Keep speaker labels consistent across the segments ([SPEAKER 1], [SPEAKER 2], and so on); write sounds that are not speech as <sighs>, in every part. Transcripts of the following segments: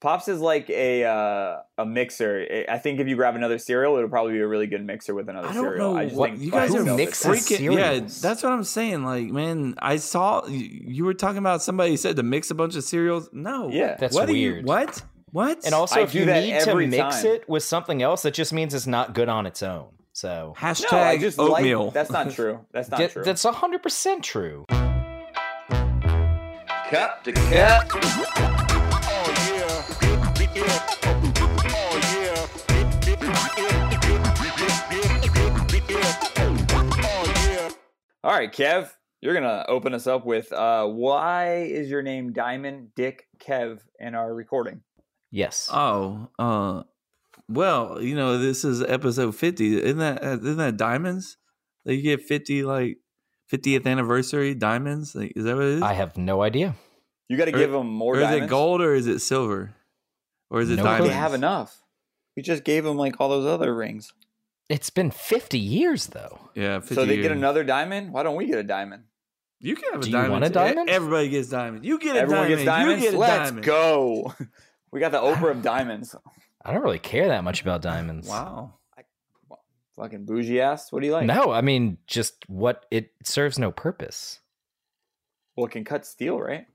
[SPEAKER 1] Pops is like a uh, a mixer. I- I think if you grab another cereal, it'll probably be a really good mixer with another
[SPEAKER 2] I don't
[SPEAKER 1] cereal.
[SPEAKER 2] know
[SPEAKER 1] I just
[SPEAKER 2] what-
[SPEAKER 1] think
[SPEAKER 2] you
[SPEAKER 1] by
[SPEAKER 2] guys are
[SPEAKER 1] itself it's-
[SPEAKER 3] mixing- Mixes
[SPEAKER 2] Freaking- yeah,
[SPEAKER 3] cereals.
[SPEAKER 2] that's what I'm saying. Like, man, I saw you, you were talking about somebody said to mix a bunch of cereals. No,
[SPEAKER 1] Yeah.
[SPEAKER 3] That's
[SPEAKER 2] what do you-
[SPEAKER 3] weird.
[SPEAKER 2] what? What?
[SPEAKER 3] And also,
[SPEAKER 1] I
[SPEAKER 3] if
[SPEAKER 1] do
[SPEAKER 3] you
[SPEAKER 1] that
[SPEAKER 3] need to
[SPEAKER 1] every
[SPEAKER 3] mix
[SPEAKER 1] time.
[SPEAKER 3] it with something else, that just means it's not good on its own. So
[SPEAKER 2] hashtag
[SPEAKER 1] No, I just
[SPEAKER 2] oatmeal.
[SPEAKER 1] like. <laughs> That's not true. That's not
[SPEAKER 3] that,
[SPEAKER 1] true.
[SPEAKER 3] that's hundred percent true.
[SPEAKER 4] Cup to cup.
[SPEAKER 5] Oh,
[SPEAKER 1] All right, Kev, you're gonna open us up with uh, why is your name Diamond Dick Kev in our recording?
[SPEAKER 3] Yes.
[SPEAKER 2] oh, uh, well, you know, this is episode fifty. Isn't that uh, isn't that diamonds? Like you get fifty, like fiftieth anniversary diamonds. Like, is that what it is?
[SPEAKER 3] I have no idea.
[SPEAKER 1] You got to
[SPEAKER 2] Or-
[SPEAKER 1] give him more
[SPEAKER 2] or is
[SPEAKER 1] diamonds.
[SPEAKER 2] it gold or is it silver? Or is it
[SPEAKER 3] No clue.
[SPEAKER 1] We
[SPEAKER 2] diamonds?
[SPEAKER 1] have enough. We just gave him like all those other rings.
[SPEAKER 3] It's been 50 years though.
[SPEAKER 2] Yeah, 50
[SPEAKER 1] So they get
[SPEAKER 2] years.
[SPEAKER 1] another diamond. Why don't we get a diamond?
[SPEAKER 2] You can have a
[SPEAKER 3] Do you
[SPEAKER 2] diamond.
[SPEAKER 3] want a
[SPEAKER 2] E-
[SPEAKER 3] diamond?
[SPEAKER 2] Everybody gets diamonds. You get a
[SPEAKER 1] Everyone
[SPEAKER 2] diamond.
[SPEAKER 1] gets diamonds.
[SPEAKER 2] You get a
[SPEAKER 1] Let's
[SPEAKER 2] diamond.
[SPEAKER 1] go. <laughs> We got the Oprah of diamonds.
[SPEAKER 3] I don't really care that much about diamonds.
[SPEAKER 2] Wow.
[SPEAKER 1] Fucking bougie ass. What do you like?
[SPEAKER 3] No, I mean just what it serves no purpose.
[SPEAKER 1] Well, it can cut steel, right?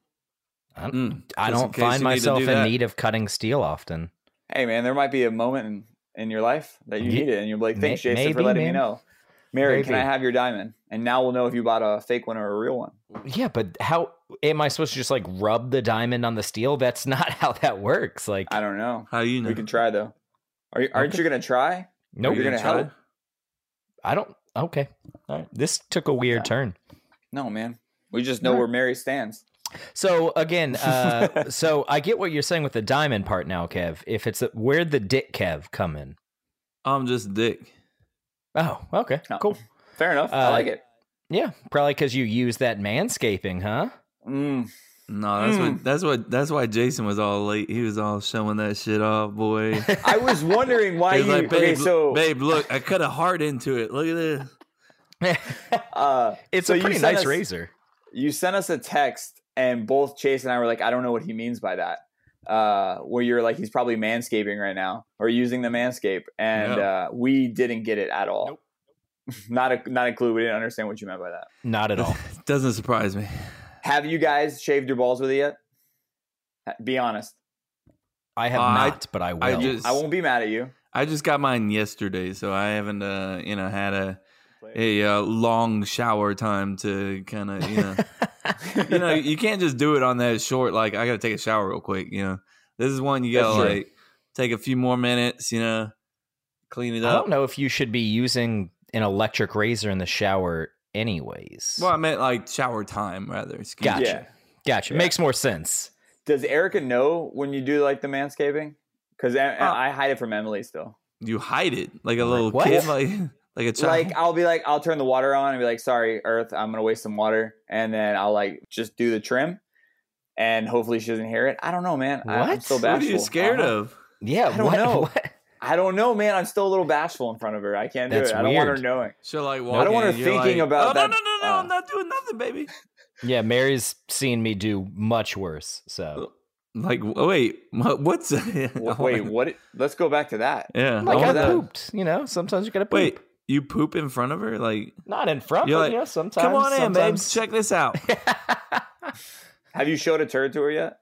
[SPEAKER 3] I don't,
[SPEAKER 2] Mm.
[SPEAKER 3] I
[SPEAKER 2] Just in
[SPEAKER 3] don't
[SPEAKER 2] case you need
[SPEAKER 3] find
[SPEAKER 2] to
[SPEAKER 3] myself
[SPEAKER 2] do
[SPEAKER 3] in
[SPEAKER 2] that.
[SPEAKER 3] need of cutting steel often.
[SPEAKER 1] Hey, man, there might be a moment in, in your life that you
[SPEAKER 3] Ye-
[SPEAKER 1] need it, and you're like, "Thanks,
[SPEAKER 3] May-
[SPEAKER 1] Jason, for
[SPEAKER 3] maybe,
[SPEAKER 1] letting
[SPEAKER 3] man.
[SPEAKER 1] me know." Mary, can I
[SPEAKER 3] Maybe.
[SPEAKER 1] have your diamond? And now we'll know if you bought a fake one or a real one.
[SPEAKER 3] Yeah, but how am I supposed to just like rub the diamond on the steel? That's <laughs> not how that works. Like,
[SPEAKER 1] I don't know.
[SPEAKER 2] How you know?
[SPEAKER 1] We can try though. Are you, aren't
[SPEAKER 3] Okay.
[SPEAKER 1] you gonna try?
[SPEAKER 3] nope.
[SPEAKER 1] you're gonna
[SPEAKER 2] Try?
[SPEAKER 1] help.
[SPEAKER 3] I don't. Okay. All right. This took a weird turn.
[SPEAKER 1] No, man. We just know
[SPEAKER 3] Right.
[SPEAKER 1] where Mary stands.
[SPEAKER 3] So again, uh, so I get what you're saying with the diamond part now, Kev. If it's a, where'd the dick Kev come in?
[SPEAKER 2] I'm just dick.
[SPEAKER 3] Oh, okay,
[SPEAKER 1] No.
[SPEAKER 3] cool.
[SPEAKER 1] Fair enough. I
[SPEAKER 3] Uh,
[SPEAKER 1] like it.
[SPEAKER 3] Yeah, probably because you use that manscaping, huh?
[SPEAKER 1] Mm.
[SPEAKER 2] No, that's
[SPEAKER 1] Mm.
[SPEAKER 2] what that's what that's why Jason was all late. He was all showing that shit off, boy. He
[SPEAKER 1] I was wondering <laughs> why
[SPEAKER 2] was
[SPEAKER 1] you.
[SPEAKER 2] like,
[SPEAKER 1] okay,
[SPEAKER 2] babe,
[SPEAKER 1] so
[SPEAKER 2] babe, look, I cut a heart into it. Look at this.
[SPEAKER 1] uh,
[SPEAKER 3] it's
[SPEAKER 1] So
[SPEAKER 3] a
[SPEAKER 1] you
[SPEAKER 3] pretty
[SPEAKER 1] sent
[SPEAKER 3] nice
[SPEAKER 1] us-
[SPEAKER 3] razor.
[SPEAKER 1] you sent us a text, and both Chase and I were like, I don't know what he means by that. Uh, where you're like, he's probably manscaping right now or using the manscape, and
[SPEAKER 2] Yeah.
[SPEAKER 1] uh, we didn't get it at all.
[SPEAKER 3] Nope.
[SPEAKER 1] <laughs> not a not a clue. We didn't understand what you meant by that.
[SPEAKER 3] Not at all.
[SPEAKER 2] Doesn't surprise me.
[SPEAKER 1] Have you guys shaved your balls with it yet? Ha- Be honest.
[SPEAKER 3] I have
[SPEAKER 2] Uh, I-
[SPEAKER 3] not, but I will.
[SPEAKER 2] I just
[SPEAKER 1] I won't be mad at you.
[SPEAKER 2] I just got mine yesterday, so I haven't uh, you know, had a a uh, long shower time to kind of, you know, <laughs> you know, you can't just do it on that short. Like, I got to take a shower real quick. You know, this is one you got
[SPEAKER 1] That's
[SPEAKER 2] to
[SPEAKER 1] true.
[SPEAKER 2] like take a few more minutes. You know, clean it
[SPEAKER 3] I
[SPEAKER 2] up.
[SPEAKER 3] don't know if you should be using an electric razor in the shower, anyways.
[SPEAKER 2] Well, I meant like shower time rather. Excuse
[SPEAKER 3] Gotcha.
[SPEAKER 1] <laughs>
[SPEAKER 2] me.
[SPEAKER 1] Yeah.
[SPEAKER 3] gotcha.
[SPEAKER 1] yeah.
[SPEAKER 3] Makes more sense.
[SPEAKER 1] Does Erica know when you do like the manscaping? Because
[SPEAKER 2] Uh,
[SPEAKER 1] I hide it from Emily still.
[SPEAKER 2] You hide it like a little
[SPEAKER 3] What?
[SPEAKER 2] kid, like <laughs> like a child.
[SPEAKER 1] Like I'll be like, I'll turn the water on and be like, "Sorry, Earth, I'm gonna waste some water," and then I'll like just do the trim, and hopefully she doesn't hear it. I don't know, man. I, am
[SPEAKER 3] What?
[SPEAKER 1] still
[SPEAKER 3] What
[SPEAKER 1] bashful.
[SPEAKER 2] <laughs> what are you scared
[SPEAKER 1] Uh-huh.
[SPEAKER 2] of?
[SPEAKER 3] Yeah.
[SPEAKER 1] I don't
[SPEAKER 3] what,
[SPEAKER 1] know.
[SPEAKER 3] what-
[SPEAKER 1] I don't know, man. I'm still a little bashful in front of her. I can't do
[SPEAKER 3] That's
[SPEAKER 1] it. I don't want her
[SPEAKER 3] weird. <laughs>
[SPEAKER 1] knowing.
[SPEAKER 2] She'll like walk.
[SPEAKER 1] I don't want
[SPEAKER 2] in,
[SPEAKER 1] her
[SPEAKER 2] you're
[SPEAKER 1] thinking
[SPEAKER 2] like,
[SPEAKER 1] about
[SPEAKER 2] Oh
[SPEAKER 1] that-
[SPEAKER 2] no, no, no, no!
[SPEAKER 1] uh,
[SPEAKER 2] I'm not doing nothing, baby.
[SPEAKER 3] Yeah, Mary's seen me do much worse. So
[SPEAKER 2] Like, oh, wait, <laughs> what- what's? <laughs>
[SPEAKER 1] W- Wait, what? Let's go back to that.
[SPEAKER 2] Yeah.
[SPEAKER 3] like
[SPEAKER 2] I
[SPEAKER 3] I
[SPEAKER 2] want that.
[SPEAKER 3] pooped. You know, sometimes you gotta poop.
[SPEAKER 2] Wait, you poop in front of her? Like,
[SPEAKER 3] Not in front,
[SPEAKER 2] You're
[SPEAKER 3] but
[SPEAKER 2] like,
[SPEAKER 3] you know, sometimes.
[SPEAKER 2] come on in, babe.
[SPEAKER 3] sometimes...
[SPEAKER 2] Check this out.
[SPEAKER 3] <laughs>
[SPEAKER 1] Have you showed a turd to her yet?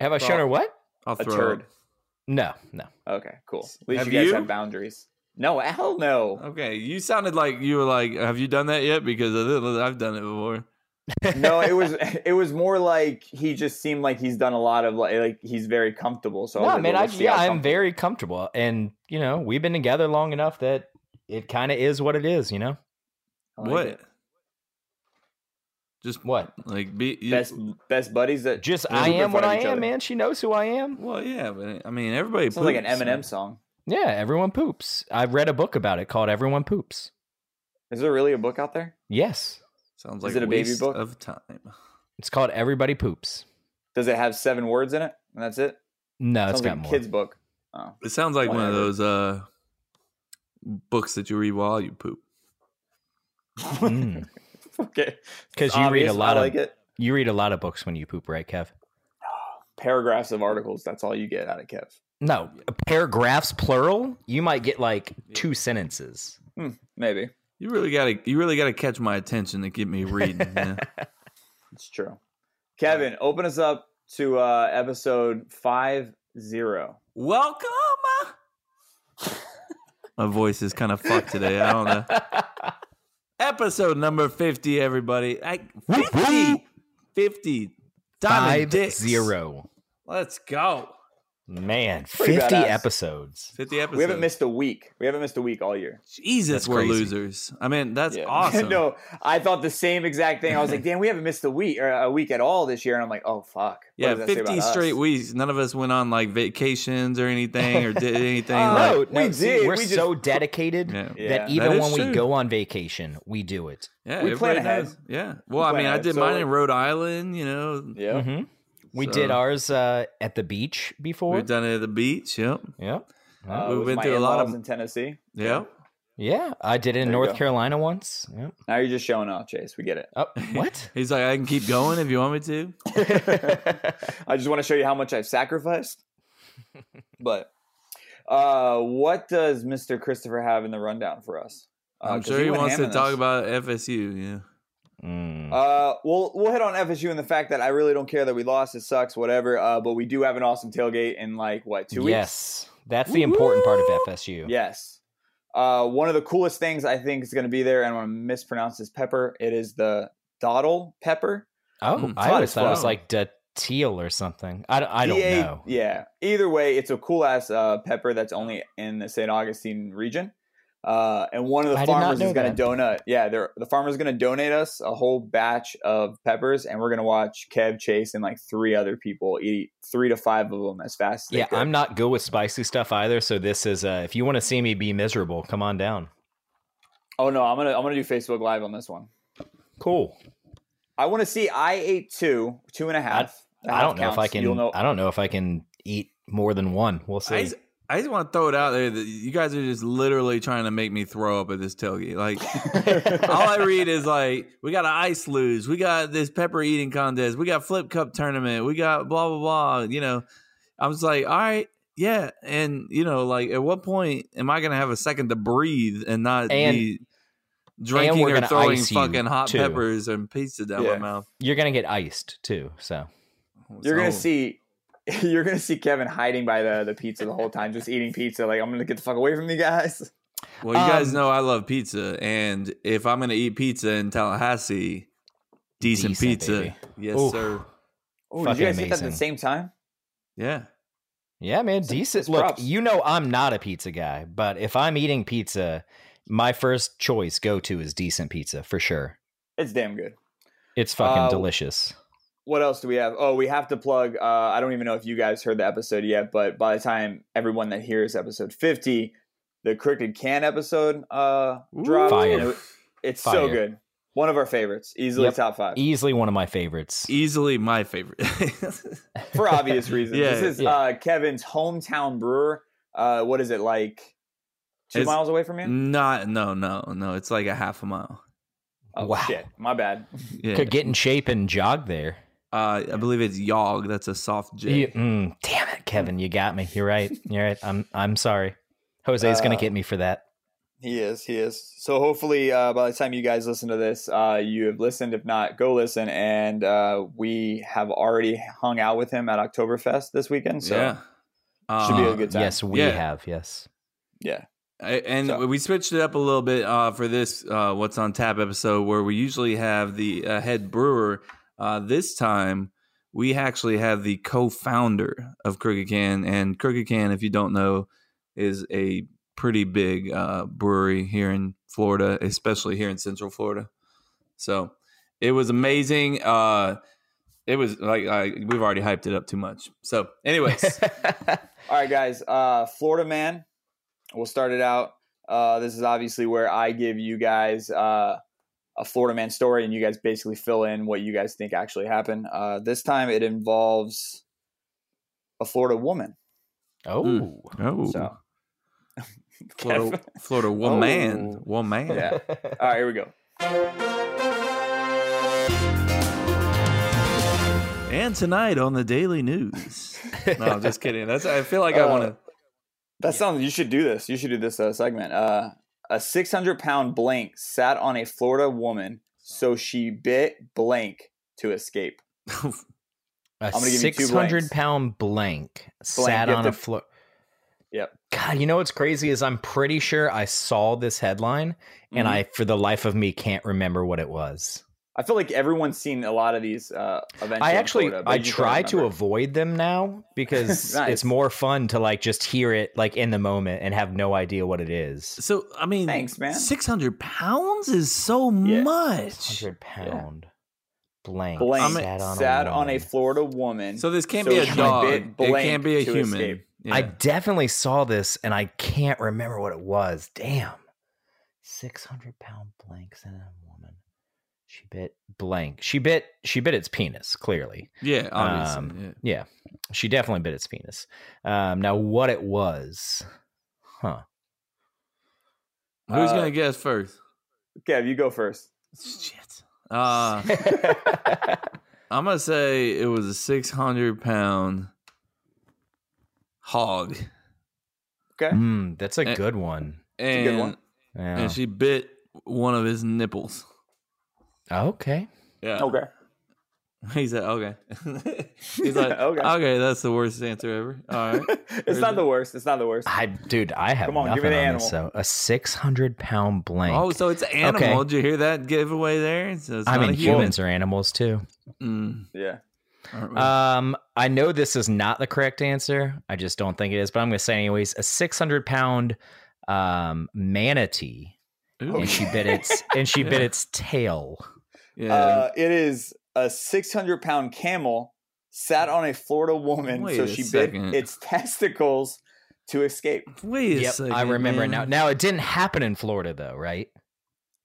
[SPEAKER 3] Have I shown her what?
[SPEAKER 2] I'll
[SPEAKER 1] A
[SPEAKER 2] throw.
[SPEAKER 1] turd.
[SPEAKER 2] it.
[SPEAKER 3] No, no.
[SPEAKER 1] Okay, cool. At least
[SPEAKER 2] Have
[SPEAKER 1] you guys
[SPEAKER 2] you?
[SPEAKER 1] have boundaries. No, hell no,
[SPEAKER 2] Okay, you sounded like you were like, have you done that yet? Because of this, I've done it before.
[SPEAKER 1] no. It was it was more like he just seemed like he's done a lot of like, like he's very comfortable. So I was
[SPEAKER 3] no,
[SPEAKER 1] like,
[SPEAKER 3] man,
[SPEAKER 1] well,
[SPEAKER 3] I,
[SPEAKER 1] let's see
[SPEAKER 3] yeah,
[SPEAKER 1] how
[SPEAKER 3] I'm
[SPEAKER 1] comfortable-
[SPEAKER 3] very comfortable. And, you know, we've been together long enough that it kind of is what it is, you know?
[SPEAKER 1] I like
[SPEAKER 2] what?
[SPEAKER 1] it.
[SPEAKER 2] Just
[SPEAKER 3] What?
[SPEAKER 2] like be you,
[SPEAKER 1] best best buddies that
[SPEAKER 3] Just,
[SPEAKER 1] Yeah,
[SPEAKER 3] I
[SPEAKER 1] we've been
[SPEAKER 3] am what I
[SPEAKER 1] fighting
[SPEAKER 3] am,
[SPEAKER 1] each other.
[SPEAKER 3] man. She knows who I am.
[SPEAKER 2] Well, yeah, but I mean, everybody
[SPEAKER 1] sounds like an
[SPEAKER 2] poops, so-
[SPEAKER 1] Eminem song.
[SPEAKER 3] Yeah, everyone poops. I read a book about it called Everyone Poops.
[SPEAKER 1] Is there really a book out there?
[SPEAKER 3] Yes.
[SPEAKER 2] Sounds like
[SPEAKER 1] it a baby
[SPEAKER 2] waste
[SPEAKER 1] book?
[SPEAKER 2] of time.
[SPEAKER 3] It's called Everybody Poops.
[SPEAKER 1] Does it have seven words in it? And that's it.
[SPEAKER 3] No, it's
[SPEAKER 1] sounds like
[SPEAKER 3] got
[SPEAKER 1] a
[SPEAKER 3] more. <laughs>
[SPEAKER 1] kids book. Oh.
[SPEAKER 2] It sounds like one of
[SPEAKER 1] Whatever.
[SPEAKER 2] those uh books that you read while you poop.
[SPEAKER 3] Mm.
[SPEAKER 1] <laughs> Okay,
[SPEAKER 3] Because
[SPEAKER 1] It's
[SPEAKER 3] you read a
[SPEAKER 1] obvious.
[SPEAKER 3] lot
[SPEAKER 1] I
[SPEAKER 3] of
[SPEAKER 1] like it.
[SPEAKER 3] you read a lot of books when you poop, right, Kev?
[SPEAKER 1] paragraphs of articles. That's all you get out of Kev.
[SPEAKER 3] No, paragraphs plural. You might get like two sentences.
[SPEAKER 1] Hmm, maybe
[SPEAKER 2] You really gotta you really gotta catch my attention to get me reading.
[SPEAKER 1] <laughs>
[SPEAKER 2] yeah.
[SPEAKER 1] it's true. Kevin, open us up to uh, episode five zero.
[SPEAKER 2] Welcome. my voice is kind of fucked today. I don't know. <laughs> Episode number fifty, everybody. I, 50, 50. Diamond
[SPEAKER 3] Five
[SPEAKER 2] dicks.
[SPEAKER 3] zero.
[SPEAKER 2] Let's go.
[SPEAKER 3] Man,
[SPEAKER 1] Pretty
[SPEAKER 3] fifty
[SPEAKER 1] badass.
[SPEAKER 3] episodes.
[SPEAKER 2] Fifty episodes.
[SPEAKER 1] We haven't missed a week. We haven't missed a week all year.
[SPEAKER 2] Jesus,
[SPEAKER 3] That's
[SPEAKER 2] we're
[SPEAKER 3] crazy.
[SPEAKER 2] losers. I mean, that's
[SPEAKER 1] Yeah. <laughs>
[SPEAKER 2] awesome.
[SPEAKER 1] no, I thought the same exact thing. I was like, damn, we haven't missed a week or a week at all this year. And I'm like, oh fuck. What
[SPEAKER 2] yeah,
[SPEAKER 1] does that say
[SPEAKER 2] fifty
[SPEAKER 1] about us?
[SPEAKER 2] straight weeks. None of us went on like vacations or anything
[SPEAKER 1] <laughs>
[SPEAKER 2] or did anything.
[SPEAKER 1] Oh,
[SPEAKER 2] like,
[SPEAKER 3] No, no,
[SPEAKER 1] we
[SPEAKER 3] see,
[SPEAKER 1] did,
[SPEAKER 3] we're
[SPEAKER 1] we just-
[SPEAKER 3] so dedicated
[SPEAKER 2] yeah,
[SPEAKER 1] Yeah.
[SPEAKER 3] that even
[SPEAKER 2] That is
[SPEAKER 3] when we
[SPEAKER 2] true.
[SPEAKER 3] go on vacation, we do it.
[SPEAKER 2] yeah,
[SPEAKER 1] We plan
[SPEAKER 2] everybody
[SPEAKER 1] ahead.
[SPEAKER 2] knows. Yeah. Well, I
[SPEAKER 1] plan
[SPEAKER 2] mean, I
[SPEAKER 1] ahead.
[SPEAKER 2] did
[SPEAKER 1] So,
[SPEAKER 2] mine
[SPEAKER 1] like-
[SPEAKER 2] in Rhode Island. You know,
[SPEAKER 1] Yeah.
[SPEAKER 3] hmm We
[SPEAKER 2] So-
[SPEAKER 3] did ours uh, at the beach before.
[SPEAKER 2] we've done it at the beach. Yep.
[SPEAKER 3] yeah,
[SPEAKER 1] Uh,
[SPEAKER 2] We've
[SPEAKER 1] it was
[SPEAKER 2] been
[SPEAKER 1] my
[SPEAKER 2] through a lot of-
[SPEAKER 1] in-laws in Tennessee.
[SPEAKER 2] Yep.
[SPEAKER 3] yeah. I did it
[SPEAKER 1] There
[SPEAKER 3] in
[SPEAKER 1] you
[SPEAKER 3] North
[SPEAKER 1] go.
[SPEAKER 3] Carolina once. Yeah.
[SPEAKER 1] Now you're just showing off, Chase. We get
[SPEAKER 3] <laughs>
[SPEAKER 1] it.
[SPEAKER 2] <laughs>
[SPEAKER 3] Oh, what?
[SPEAKER 2] He's like, I can keep going if you want me to.
[SPEAKER 1] I just want to show you how much I've sacrificed. But uh, what does Mr. Christopher have in the rundown for us? Uh,
[SPEAKER 2] I'm
[SPEAKER 1] 'cause
[SPEAKER 2] sure he
[SPEAKER 1] went
[SPEAKER 2] wants
[SPEAKER 1] ham
[SPEAKER 2] to
[SPEAKER 1] in
[SPEAKER 2] talk
[SPEAKER 1] this.
[SPEAKER 2] about FSU. Yeah.
[SPEAKER 3] Mm.
[SPEAKER 1] Uh, we'll we'll hit on FSU and the fact that I really don't care that we lost. It sucks, whatever. Uh, but we do have an awesome tailgate in like what two weeks?
[SPEAKER 3] Yes, that's the important part of FSU.
[SPEAKER 1] Yes. Uh, one of the coolest things I think is going to be there, and I'm going to mispronounce this pepper. It is the Doddle pepper.
[SPEAKER 3] Oh,
[SPEAKER 2] Mm,
[SPEAKER 3] I
[SPEAKER 1] Todd's
[SPEAKER 3] always thought it was
[SPEAKER 2] fun.
[SPEAKER 3] like the teal or something. I don't, I don't
[SPEAKER 1] DA
[SPEAKER 3] know.
[SPEAKER 1] Yeah. Either way, it's a cool ass uh, pepper that's only in the St. Augustine region. Uh, and one of the
[SPEAKER 3] I did not
[SPEAKER 1] farmers
[SPEAKER 3] know
[SPEAKER 1] is going
[SPEAKER 3] that.
[SPEAKER 1] to donate. Yeah, they're, the farmer's going to donate us a whole batch of peppers, and we're going to watch Kev Chase and like three other people eat three to five of them as fast as they
[SPEAKER 3] Yeah,
[SPEAKER 1] could.
[SPEAKER 3] I'm not good with spicy stuff either. So this is, uh, if you want to see me be miserable, come on down.
[SPEAKER 1] oh no, I'm gonna I'm gonna do Facebook Live on this one.
[SPEAKER 3] Cool.
[SPEAKER 1] I want to see. I ate two, two and a half. The
[SPEAKER 3] I
[SPEAKER 1] half
[SPEAKER 3] don't know if I
[SPEAKER 1] counts.
[SPEAKER 3] can.
[SPEAKER 1] You'll know.
[SPEAKER 3] I don't know if I can eat more than one. We'll see.
[SPEAKER 2] I just, I just want to throw it out there that you guys are just literally trying to make me throw up at this tailgate. Like,
[SPEAKER 1] <laughs>
[SPEAKER 3] <laughs>
[SPEAKER 2] all I read is like, we got an ice luge, we got this pepper eating contest, we got flip cup tournament, we got blah blah blah. You know, I was like, all right, yeah, and you know, like, at what point am I gonna have a second to breathe and not
[SPEAKER 3] And-
[SPEAKER 2] be drinking
[SPEAKER 3] we're
[SPEAKER 2] or
[SPEAKER 3] gonna
[SPEAKER 2] throwing
[SPEAKER 3] ice you,
[SPEAKER 2] fucking hot
[SPEAKER 3] too.
[SPEAKER 2] peppers and pizza down my
[SPEAKER 1] Yeah.
[SPEAKER 2] mouth?
[SPEAKER 3] You're gonna get iced too. So
[SPEAKER 1] You're gonna
[SPEAKER 2] So-
[SPEAKER 1] see. <laughs> You're gonna see Kevin hiding by the, the pizza the whole time, just eating pizza. Like I'm gonna get the fuck away from you guys. <laughs>
[SPEAKER 2] Well, you guys
[SPEAKER 3] Um,
[SPEAKER 2] know I love pizza, and if I'm gonna eat pizza in Tallahassee, decent,
[SPEAKER 3] Decent,
[SPEAKER 2] pizza,
[SPEAKER 3] baby.
[SPEAKER 2] yes
[SPEAKER 3] Ooh.
[SPEAKER 2] sir,
[SPEAKER 1] Oh, did
[SPEAKER 3] Fucking
[SPEAKER 1] you guys hit that at the
[SPEAKER 3] amazing.
[SPEAKER 1] same time?
[SPEAKER 2] yeah.
[SPEAKER 3] yeah, man, decent.
[SPEAKER 1] it's
[SPEAKER 3] Look,
[SPEAKER 1] props.
[SPEAKER 3] you know I'm not a pizza guy, but if I'm eating pizza, my first choice go to is decent pizza for sure.
[SPEAKER 1] It's damn good.
[SPEAKER 3] It's fucking
[SPEAKER 1] Uh,
[SPEAKER 3] delicious.
[SPEAKER 1] What else do we have? Oh, we have to plug. Uh, I don't even know if you guys heard the episode yet, but by the time everyone that hears episode 50, the Crooked Can episode uh, dropped.
[SPEAKER 3] Fire.
[SPEAKER 1] and it- it's so
[SPEAKER 3] Fire.
[SPEAKER 1] good. One of our favorites, easily
[SPEAKER 3] Yep. E
[SPEAKER 1] top
[SPEAKER 3] <laughs>
[SPEAKER 1] five
[SPEAKER 3] Easily one of my favorites.
[SPEAKER 2] easily my favorite. <laughs>
[SPEAKER 1] for obvious reasons.
[SPEAKER 2] Yeah,
[SPEAKER 1] this is
[SPEAKER 3] yeah.
[SPEAKER 1] uh, Kevin's hometown brewer. Uh, what is it like? Two
[SPEAKER 2] It's-
[SPEAKER 1] miles away from you?
[SPEAKER 2] Not no no no. It's like a half a mile.
[SPEAKER 1] Oh
[SPEAKER 3] Wow.
[SPEAKER 1] shit! My bad. <laughs>
[SPEAKER 2] Yeah,
[SPEAKER 3] Could get in shape and jog there.
[SPEAKER 2] uh, I believe it's Yog. That's a soft J.
[SPEAKER 3] You- mm, damn it, Kevin, you got me.
[SPEAKER 2] <laughs>
[SPEAKER 3] You're right. You're right. I'm I'm sorry. Jose's gonna
[SPEAKER 1] Uh,
[SPEAKER 3] get me for that.
[SPEAKER 1] He is. He is. So hopefully, uh, by the time you guys listen to this, uh, you have listened. If not, go listen. And uh, we have already hung out with him at Oktoberfest this weekend. So
[SPEAKER 2] yeah,
[SPEAKER 1] should be
[SPEAKER 2] Uh,
[SPEAKER 1] a good time.
[SPEAKER 3] Yes, we
[SPEAKER 2] yeah.
[SPEAKER 3] have.
[SPEAKER 2] <laughs>
[SPEAKER 3] Yes.
[SPEAKER 1] Yeah.
[SPEAKER 2] I, and
[SPEAKER 1] So-
[SPEAKER 2] we switched it up a little bit uh, for this uh, what's on tap episode where we usually have the uh, head brewer. Uh, this time we actually have the co-founder of Crooked Can, and Crooked Can, if you don't know, is a pretty big uh, brewery here in Florida, especially here in Central Florida. So it was amazing. Uh, it was like I, we've already hyped it up too much. So, anyways,
[SPEAKER 1] All right, guys. Uh, Florida man. We'll start it out. Uh, this is obviously where I give you guys uh, a Florida man story, and you guys basically fill in what you guys think actually happened. Uh, this time, it involves a Florida woman.
[SPEAKER 3] oh.
[SPEAKER 2] oh, <laughs>
[SPEAKER 1] So,
[SPEAKER 2] Florida, Florida woman, woman.
[SPEAKER 1] Oh. yeah. All right, here we go.
[SPEAKER 2] And tonight on the
[SPEAKER 1] <laughs>
[SPEAKER 2] Daily News. No, just kidding. That's I feel like I
[SPEAKER 1] Uh,
[SPEAKER 2] want to.
[SPEAKER 1] That sounds. You should do this. You should do this uh, segment. Uh, a 600 pound blank sat on a Florida woman, so she bit blank to escape.
[SPEAKER 3] A
[SPEAKER 1] gonna give you two
[SPEAKER 3] six hundred
[SPEAKER 1] blanks.
[SPEAKER 3] pound blank, sat
[SPEAKER 1] you have
[SPEAKER 3] on
[SPEAKER 1] to-
[SPEAKER 3] a floor.
[SPEAKER 1] Yep.
[SPEAKER 3] God, you know what's crazy is I'm pretty sure I saw this headline and
[SPEAKER 1] Mhm.
[SPEAKER 3] I, for the life of me, can't remember what it was.
[SPEAKER 1] I feel like everyone's seen a lot of these uh, events.
[SPEAKER 3] I
[SPEAKER 1] in
[SPEAKER 3] actually
[SPEAKER 1] Florida, but
[SPEAKER 3] I
[SPEAKER 1] you just don't
[SPEAKER 3] try to
[SPEAKER 1] remember.
[SPEAKER 3] avoid
[SPEAKER 1] <laughs>
[SPEAKER 3] them now because
[SPEAKER 1] Nice.
[SPEAKER 3] it's more fun to like just hear it like in the moment and have no idea what it is.
[SPEAKER 2] So I mean,
[SPEAKER 1] Thanks, man.
[SPEAKER 2] Six hundred pounds is so
[SPEAKER 1] Yeah.
[SPEAKER 2] much.
[SPEAKER 3] Hundred pound blank,
[SPEAKER 1] Blank
[SPEAKER 3] sat on
[SPEAKER 1] sat
[SPEAKER 3] a.
[SPEAKER 1] on a
[SPEAKER 3] woman.
[SPEAKER 1] Florida woman.
[SPEAKER 2] So this can't
[SPEAKER 1] So
[SPEAKER 2] be a
[SPEAKER 1] she
[SPEAKER 2] dog.
[SPEAKER 1] bit
[SPEAKER 2] It
[SPEAKER 1] blank
[SPEAKER 2] can't be a
[SPEAKER 1] to
[SPEAKER 2] human.
[SPEAKER 1] escape.
[SPEAKER 2] Yeah.
[SPEAKER 3] I definitely saw this and I can't remember what it was. Damn. 600 pound blank sent a woman. She bit blank. She bit, she bit its penis, clearly.
[SPEAKER 2] yeah, obviously.
[SPEAKER 3] Um,
[SPEAKER 2] yeah.
[SPEAKER 3] Yeah. She definitely bit its penis. Um, now, what it was, huh?
[SPEAKER 2] Who's
[SPEAKER 1] uh,
[SPEAKER 2] gonna guess first?
[SPEAKER 1] Kev, you go first.
[SPEAKER 2] Shit. Uh,
[SPEAKER 3] <laughs>
[SPEAKER 2] I'm gonna say it was a 600 pound hog,
[SPEAKER 1] Okay.
[SPEAKER 3] Mm, that's a
[SPEAKER 2] Eh.
[SPEAKER 3] good one.
[SPEAKER 1] a
[SPEAKER 2] and
[SPEAKER 1] good one.
[SPEAKER 3] Yeah.
[SPEAKER 2] and she bit one of his nipples.
[SPEAKER 3] okay.
[SPEAKER 2] Yeah.
[SPEAKER 3] Uh,
[SPEAKER 1] Okay. <laughs>
[SPEAKER 2] <laughs> He said, okay. <laughs> He's
[SPEAKER 3] <laughs>
[SPEAKER 2] like, okay.
[SPEAKER 1] Okay.
[SPEAKER 2] that's the worst answer ever. All right.
[SPEAKER 1] it's not the worst. It's not the worst.
[SPEAKER 3] I, dude, I have
[SPEAKER 1] Come on,
[SPEAKER 3] nothing
[SPEAKER 1] give me the
[SPEAKER 3] on this,
[SPEAKER 1] animal.
[SPEAKER 3] so a 600 pound blank.
[SPEAKER 2] Oh, so it's an animal.
[SPEAKER 3] Okay.
[SPEAKER 2] Did you hear that giveaway there? So it's
[SPEAKER 3] I
[SPEAKER 2] not
[SPEAKER 3] mean,
[SPEAKER 2] a human.
[SPEAKER 3] humans are animals too.
[SPEAKER 2] Mm,
[SPEAKER 1] Yeah.
[SPEAKER 2] aren't we?
[SPEAKER 3] Um, I know this is not the correct answer. I just don't think it is, but I'm going to say anyways. A 600 pound um manatee,
[SPEAKER 2] Ooh.
[SPEAKER 3] and she bit its and she
[SPEAKER 2] <laughs>
[SPEAKER 3] bit
[SPEAKER 2] Yeah.
[SPEAKER 3] its tail. <laughs>
[SPEAKER 2] yeah.
[SPEAKER 1] Uh, it is a 600 pound camel sat on a Florida woman,
[SPEAKER 2] Wait
[SPEAKER 1] so
[SPEAKER 2] a
[SPEAKER 1] she bit
[SPEAKER 2] second.
[SPEAKER 1] its <laughs> testicles to escape.
[SPEAKER 2] Wait a
[SPEAKER 3] Yep,
[SPEAKER 2] second.
[SPEAKER 3] I remember it
[SPEAKER 2] man.
[SPEAKER 3] now. Now it didn't happen in Florida though, right?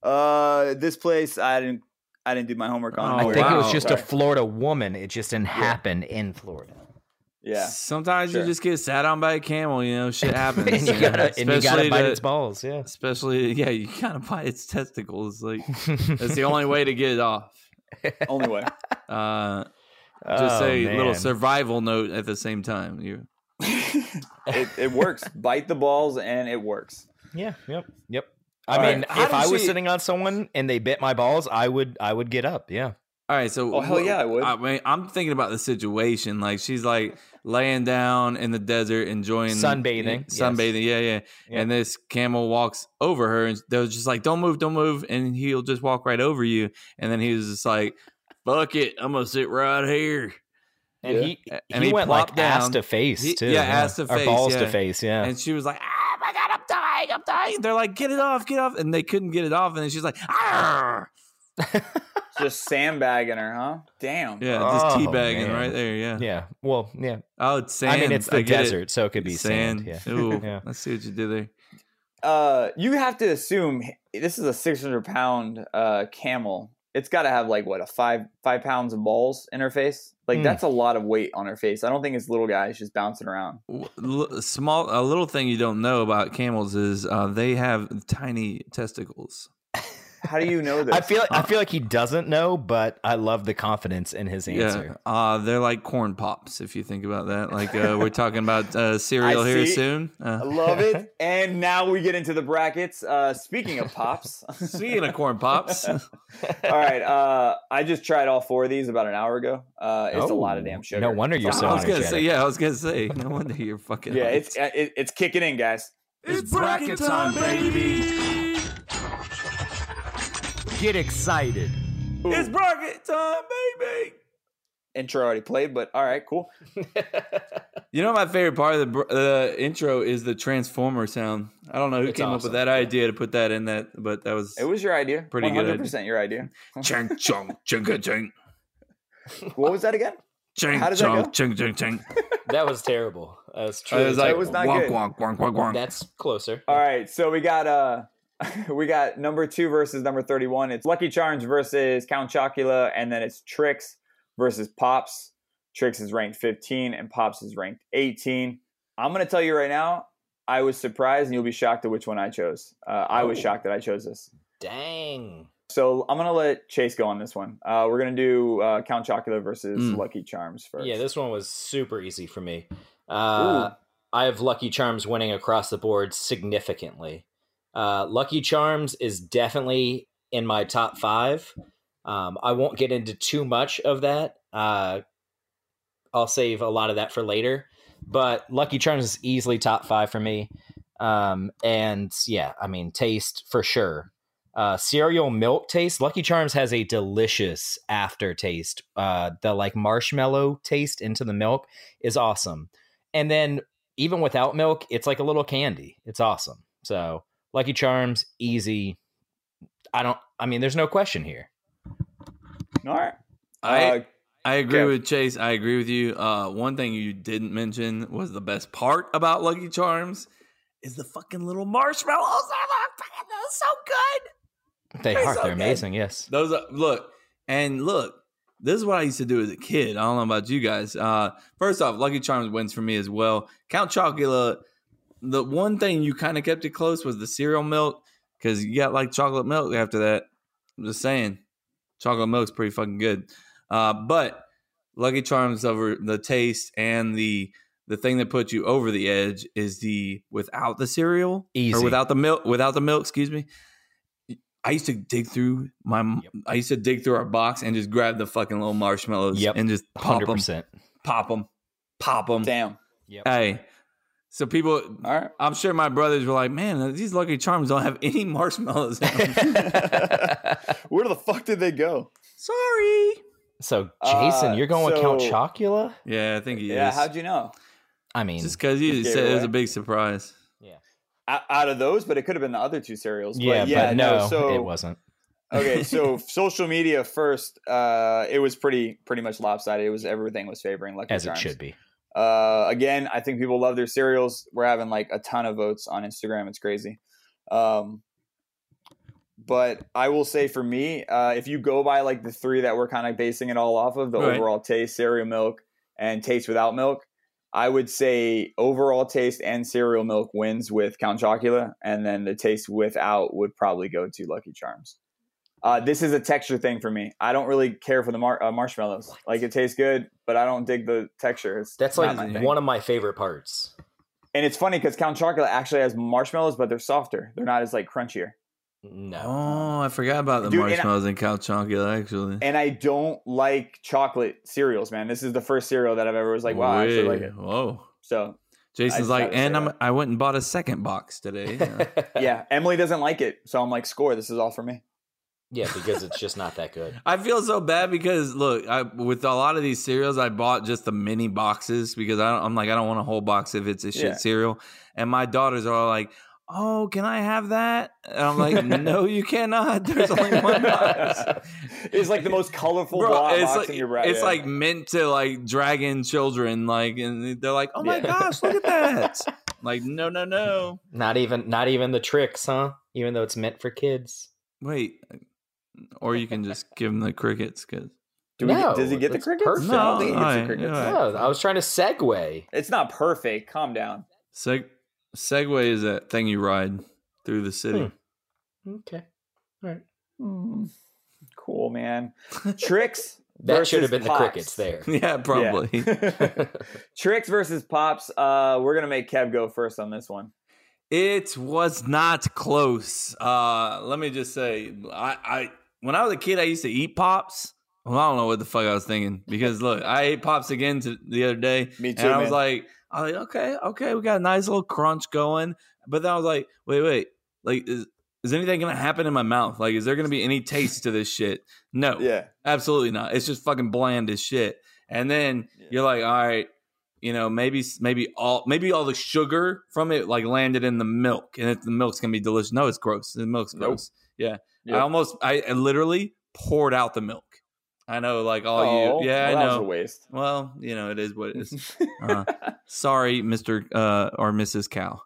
[SPEAKER 1] Uh, this place I didn't I didn't do my homework on.
[SPEAKER 2] Oh,
[SPEAKER 1] Don't
[SPEAKER 3] I think
[SPEAKER 1] worry.
[SPEAKER 3] it was
[SPEAKER 2] wow.
[SPEAKER 3] just
[SPEAKER 1] Sorry.
[SPEAKER 3] a Florida woman. It just didn't happen in Florida. <laughs>
[SPEAKER 1] yeah.
[SPEAKER 2] Sometimes
[SPEAKER 1] Sure.
[SPEAKER 2] you just get sat on by a camel, you know, shit happens.
[SPEAKER 3] and you
[SPEAKER 2] man.
[SPEAKER 3] gotta and you gotta
[SPEAKER 2] Especially
[SPEAKER 3] bite
[SPEAKER 2] to-
[SPEAKER 3] its balls. Yeah.
[SPEAKER 2] Especially, yeah, you gotta <laughs> bite its testicles. Like,
[SPEAKER 3] <laughs>
[SPEAKER 2] that's the only way to get it off.
[SPEAKER 1] Only way.
[SPEAKER 2] Uh, just
[SPEAKER 3] <laughs> Oh,
[SPEAKER 2] a little
[SPEAKER 3] man.
[SPEAKER 2] survival note at the same time. You
[SPEAKER 1] it, it
[SPEAKER 3] <laughs>
[SPEAKER 1] works. Bite the balls and it works.
[SPEAKER 3] Yeah. Yep. Yep. I
[SPEAKER 1] All right.
[SPEAKER 3] mean,
[SPEAKER 2] How
[SPEAKER 3] if
[SPEAKER 2] did
[SPEAKER 3] I was
[SPEAKER 2] she-
[SPEAKER 3] sitting on someone and they bit my balls, I would I would get up. Yeah.
[SPEAKER 2] all right? So,
[SPEAKER 1] Oh, hell yeah, I would.
[SPEAKER 2] I mean, I'm thinking about the situation. Like, she's like laying down in the desert, enjoying
[SPEAKER 3] Sunbathing, yes.
[SPEAKER 2] sunbathing. Yeah, yeah,
[SPEAKER 3] Yeah.
[SPEAKER 2] And this camel walks over her, and they're just like, "Don't move, don't move," and he'll just walk right over you. And then he's just like, "Fuck it, I'm gonna sit right here."
[SPEAKER 3] And
[SPEAKER 1] Yeah.
[SPEAKER 3] he
[SPEAKER 2] A- and
[SPEAKER 3] and he,
[SPEAKER 2] he
[SPEAKER 3] went like
[SPEAKER 2] plopped
[SPEAKER 3] ass
[SPEAKER 2] down.
[SPEAKER 3] to face
[SPEAKER 2] He-
[SPEAKER 3] too.
[SPEAKER 2] yeah, ass to
[SPEAKER 3] Or
[SPEAKER 2] face,
[SPEAKER 3] balls
[SPEAKER 2] yeah.
[SPEAKER 3] to face. Yeah.
[SPEAKER 2] And she was like, "Oh my god, I'm dying, I'm dying." They're like, "Get it off, get it off," and they couldn't get it off. And then she's like, "Ah."
[SPEAKER 1] Just sandbagging her, huh? Damn.
[SPEAKER 2] Yeah, just
[SPEAKER 3] Oh,
[SPEAKER 2] teabagging
[SPEAKER 3] man.
[SPEAKER 2] right there. Yeah.
[SPEAKER 3] yeah. Well, yeah.
[SPEAKER 2] Oh, it's sand.
[SPEAKER 3] I mean, it's the
[SPEAKER 2] get it.
[SPEAKER 3] desert, so it could be sand. Yeah.
[SPEAKER 2] Ooh,
[SPEAKER 3] <laughs> Yeah.
[SPEAKER 2] Let's see what you did there.
[SPEAKER 1] Uh, you have to assume this is a 600 pound uh camel. It's got to have like what a five five pounds of balls in her face. Like
[SPEAKER 3] Mm.
[SPEAKER 1] that's a lot of weight on her face. I don't think it's little guy. She's just bouncing around.
[SPEAKER 2] W- l- Small, a little thing you don't know about camels is uh, they have tiny testicles.
[SPEAKER 1] How do you know this?
[SPEAKER 3] <laughs> I feel I feel like he doesn't know, but I love the confidence in his
[SPEAKER 2] Yeah,
[SPEAKER 3] answer.
[SPEAKER 2] uh, they're like corn pops if you think about that. Like uh, we're talking about
[SPEAKER 3] <laughs>
[SPEAKER 2] uh, cereal here
[SPEAKER 1] see.
[SPEAKER 2] soon.
[SPEAKER 1] I
[SPEAKER 2] Uh,
[SPEAKER 1] love it. And now we get into the brackets. Uh, speaking of pops, <laughs>
[SPEAKER 2] <laughs> speaking of corn pops,
[SPEAKER 3] <laughs>
[SPEAKER 1] all right. Uh, I just tried all four of these about an hour ago. Uh, it's a lot of
[SPEAKER 3] Oh,
[SPEAKER 1] damn sugar.
[SPEAKER 3] No wonder you're so
[SPEAKER 2] I was gonna
[SPEAKER 3] energetic.
[SPEAKER 2] say, yeah, I was gonna say, no wonder you're fucking.
[SPEAKER 1] Yeah,
[SPEAKER 2] hyped.
[SPEAKER 1] it's uh, it, it's kicking in, guys.
[SPEAKER 2] it's bracket time, baby.
[SPEAKER 3] Get excited.
[SPEAKER 2] It's bracket time, baby.
[SPEAKER 1] Intro already played, but all right, cool.
[SPEAKER 2] You know, my favorite part of the br- uh, intro is the transformer sound. I don't know who
[SPEAKER 3] It's
[SPEAKER 2] came up
[SPEAKER 3] awesome.
[SPEAKER 2] with that idea to put that in that, but that was.
[SPEAKER 1] It
[SPEAKER 2] <laughs>
[SPEAKER 1] was your idea.
[SPEAKER 2] Pretty good idea.
[SPEAKER 1] 100% your idea.
[SPEAKER 2] Ching chong ching ka, ching
[SPEAKER 1] What was that again?
[SPEAKER 2] ching
[SPEAKER 1] How does that go?
[SPEAKER 2] chong ching ching ching.
[SPEAKER 3] That was terrible. That was
[SPEAKER 2] I was like,
[SPEAKER 1] was not
[SPEAKER 2] wonk,
[SPEAKER 1] good.
[SPEAKER 2] wonk wonk wonk wonk
[SPEAKER 3] that's closer.
[SPEAKER 1] All right, so we got uh <laughs> we got number 2 versus number 31. It's Lucky Charms versus Count Chocula and then it's Trix versus Pops. Trix is ranked 15 and Pops is ranked 18. I'm going to tell you right now, I was surprised and you'll be shocked at which one I chose. Uh, I was
[SPEAKER 3] Oh.
[SPEAKER 1] shocked that I chose this.
[SPEAKER 3] Dang.
[SPEAKER 1] So I'm gonna let Chase go on this one. Uh, we're gonna do uh, Count Chocula versus
[SPEAKER 2] Mm.
[SPEAKER 1] Lucky Charms first.
[SPEAKER 3] Yeah, this one was super easy for me. Uh, I have Lucky Charms winning across the board significantly. Uh, Lucky Charms is definitely in my top five. Um, I won't get into too much of that. Uh, I'll save a lot of that for later. But Lucky Charms is easily top five for me. Um, and yeah, I mean, taste for sure. Uh, cereal milk taste. Lucky Charms has a delicious aftertaste. Uh, the like marshmallow taste into the milk is awesome. And then even without milk, it's like a little candy. It's awesome. So Lucky Charms, easy. I don't. I mean, there's no question here.
[SPEAKER 1] All right.
[SPEAKER 2] I
[SPEAKER 1] uh,
[SPEAKER 2] I agree
[SPEAKER 1] Kev.
[SPEAKER 2] with Chase. I agree with you. Uh, one thing you didn't mention was the best part about Lucky Charms is the fucking little marshmallows. <laughs> Oh, they're fucking- they're so good.
[SPEAKER 3] They
[SPEAKER 2] They're
[SPEAKER 3] are.
[SPEAKER 2] so
[SPEAKER 3] They're
[SPEAKER 2] good.
[SPEAKER 3] amazing. Yes.
[SPEAKER 2] Those are, look and look. This is what I used to do as a kid. I don't know about you guys. Uh, first off, Lucky Charms wins for me as well. Count Chocula. The one thing you kind of kept it close was the cereal milk because you got like chocolate milk after that. I'm just saying, chocolate milk's pretty fucking good. Uh, but Lucky Charms over the taste and the the thing that puts you over the edge is the without the cereal
[SPEAKER 3] Easy.
[SPEAKER 2] or without the milk without the milk. Excuse me. I used to dig through my
[SPEAKER 3] Yep.
[SPEAKER 2] I used to dig through our box and just grab the fucking little marshmallows
[SPEAKER 3] Yep.
[SPEAKER 2] and just pop
[SPEAKER 3] Hundred
[SPEAKER 2] them,
[SPEAKER 3] percent.
[SPEAKER 2] pop them, pop them.
[SPEAKER 1] damn.
[SPEAKER 3] Yep.
[SPEAKER 1] Uh,
[SPEAKER 2] Hey, so people,
[SPEAKER 1] All right. <laughs>
[SPEAKER 2] I'm sure my brothers were like, "Man, these Lucky Charms don't have any <laughs> marshmallows."
[SPEAKER 1] <laughs>
[SPEAKER 2] in 'em."
[SPEAKER 1] Where the fuck did they go?
[SPEAKER 2] Sorry.
[SPEAKER 3] so Jason,
[SPEAKER 1] Uh,
[SPEAKER 3] you're going with
[SPEAKER 1] so-
[SPEAKER 3] Count Chocula?
[SPEAKER 2] Yeah, I think he
[SPEAKER 1] Yeah.
[SPEAKER 2] is.
[SPEAKER 1] How'd you know?
[SPEAKER 3] I mean,
[SPEAKER 2] just because you
[SPEAKER 1] Just gave
[SPEAKER 2] said
[SPEAKER 1] it
[SPEAKER 2] it was
[SPEAKER 1] away?
[SPEAKER 2] a big surprise.
[SPEAKER 1] Out, out of those, but it could have been the other two cereals. But
[SPEAKER 3] yeah,
[SPEAKER 1] yeah,
[SPEAKER 3] but no,
[SPEAKER 1] so
[SPEAKER 3] it wasn't. <laughs>
[SPEAKER 1] okay, so social media first. Uh, it was pretty pretty much lopsided. It was everything was favoring Lucky
[SPEAKER 3] As it
[SPEAKER 1] Charms.
[SPEAKER 3] should be.
[SPEAKER 1] Uh, again, I think people love their cereals. We're having like a ton of votes on Instagram. It's crazy. Um, but I will say for me, uh, if you go by like the three that we're kind of basing it all off of, the
[SPEAKER 2] Right.
[SPEAKER 1] overall taste, cereal milk, and taste without milk, I would say overall taste and cereal milk wins with Count Chocula, and then the taste without would probably go to Lucky Charms. Uh, this is a texture thing for me. I don't really care for the mar- uh, marshmallows. Like it tastes good, but I don't dig the texture. It's
[SPEAKER 3] That's
[SPEAKER 1] not
[SPEAKER 3] like
[SPEAKER 1] my thing.
[SPEAKER 3] one of my favorite parts.
[SPEAKER 1] And it's funny because Count Chocula actually has marshmallows, but they're softer. They're not as like crunchier.
[SPEAKER 3] No.
[SPEAKER 2] Oh, I forgot about the
[SPEAKER 1] Dude, and I-
[SPEAKER 2] marshmallows and Count Chocula. Actually,
[SPEAKER 1] And I don't like chocolate cereals, man. This is the first cereal that I've ever was like, wow, I actually like
[SPEAKER 2] Wait,
[SPEAKER 1] it.
[SPEAKER 2] Whoa.
[SPEAKER 1] So
[SPEAKER 2] Jason's
[SPEAKER 1] just
[SPEAKER 2] like,
[SPEAKER 1] had to say
[SPEAKER 2] and I'm,
[SPEAKER 1] that."
[SPEAKER 2] I went and bought a second box today.
[SPEAKER 3] <laughs>
[SPEAKER 1] <laughs>
[SPEAKER 2] Yeah.
[SPEAKER 1] Oh, yeah, Emily doesn't like it, so I'm like, score. This is all for me.
[SPEAKER 3] Yeah, because it's just not
[SPEAKER 1] <laughs>
[SPEAKER 3] that good.
[SPEAKER 2] I feel so bad because look, I, with a lot of these cereals, I bought just the mini boxes because I don't, I'm like, I don't want a whole box if it's a shit
[SPEAKER 1] Yeah.
[SPEAKER 2] cereal. And my daughters are like, "Oh, can I have that?" And
[SPEAKER 1] <laughs>
[SPEAKER 2] I'm like, "No, you cannot. There's only
[SPEAKER 3] <laughs>
[SPEAKER 2] one box."
[SPEAKER 1] it's like the most colorful
[SPEAKER 2] <laughs> Bro,
[SPEAKER 1] block
[SPEAKER 2] it's
[SPEAKER 1] box
[SPEAKER 2] like-
[SPEAKER 1] in your bra-
[SPEAKER 2] It's
[SPEAKER 1] yeah.
[SPEAKER 2] like meant to like drag in children, like, and they're like, "Oh my
[SPEAKER 1] Yeah.
[SPEAKER 2] gosh, look
[SPEAKER 1] <laughs>
[SPEAKER 2] at that!" like, no, no, no.
[SPEAKER 3] Not even not even the tricks, huh? Even though it's meant for kids.
[SPEAKER 2] Wait, or you can just give them the crickets because
[SPEAKER 1] Do we get-
[SPEAKER 3] No,
[SPEAKER 1] does he get the
[SPEAKER 3] that's
[SPEAKER 1] crickets?
[SPEAKER 3] perfect.
[SPEAKER 1] I don't think he
[SPEAKER 2] No,
[SPEAKER 1] gets the
[SPEAKER 2] alright,
[SPEAKER 1] crickets.
[SPEAKER 2] alright.
[SPEAKER 3] No, I was trying to segue.
[SPEAKER 1] It's not perfect. Calm down.
[SPEAKER 2] seg Segway is that thing you ride through the city.
[SPEAKER 3] Okay.
[SPEAKER 1] Hmm. Cool,
[SPEAKER 2] <laughs>
[SPEAKER 1] man. Tricks.
[SPEAKER 3] That should have
[SPEAKER 1] versus
[SPEAKER 3] been the crickets
[SPEAKER 1] Pops.
[SPEAKER 3] <laughs> there.
[SPEAKER 2] yeah, probably.
[SPEAKER 1] <laughs> Tricks versus pops. Uh, we're gonna make Kev go first on this one.
[SPEAKER 2] <laughs> It was not close. Uh, let me just say, I, I when I was a kid, I used to eat pops. Well, I don't know what the fuck I was thinking because look, I ate pops again to, the other day,
[SPEAKER 1] Me too.
[SPEAKER 2] and I
[SPEAKER 1] man.
[SPEAKER 2] was like, I was like, okay, okay, we got a nice little crunch going. But then I was like, wait, wait, like is is anything gonna happen in my mouth? Like, is there gonna be any taste to this shit?
[SPEAKER 1] <laughs>
[SPEAKER 2] No,
[SPEAKER 1] yeah.
[SPEAKER 2] absolutely not. It's just fucking bland as shit. And then
[SPEAKER 1] Yeah.
[SPEAKER 2] you're like, all right, you know, maybe maybe all maybe all the sugar from it like landed in the milk, and if the milk's gonna be delicious. No, it's gross. The milk's
[SPEAKER 1] Nope.
[SPEAKER 2] gross. Yeah, I
[SPEAKER 1] Yep.
[SPEAKER 2] almost I, I literally poured out the milk. I know, like all "Oh, you, yeah,
[SPEAKER 1] Oh, well,
[SPEAKER 2] I
[SPEAKER 1] that
[SPEAKER 2] know.
[SPEAKER 1] was a waste.
[SPEAKER 2] <laughs> Well, you know, it is what
[SPEAKER 1] <laughs>
[SPEAKER 2] it is. Uh, sorry, Mister uh, or
[SPEAKER 1] <laughs>
[SPEAKER 2] Mrs. Cow.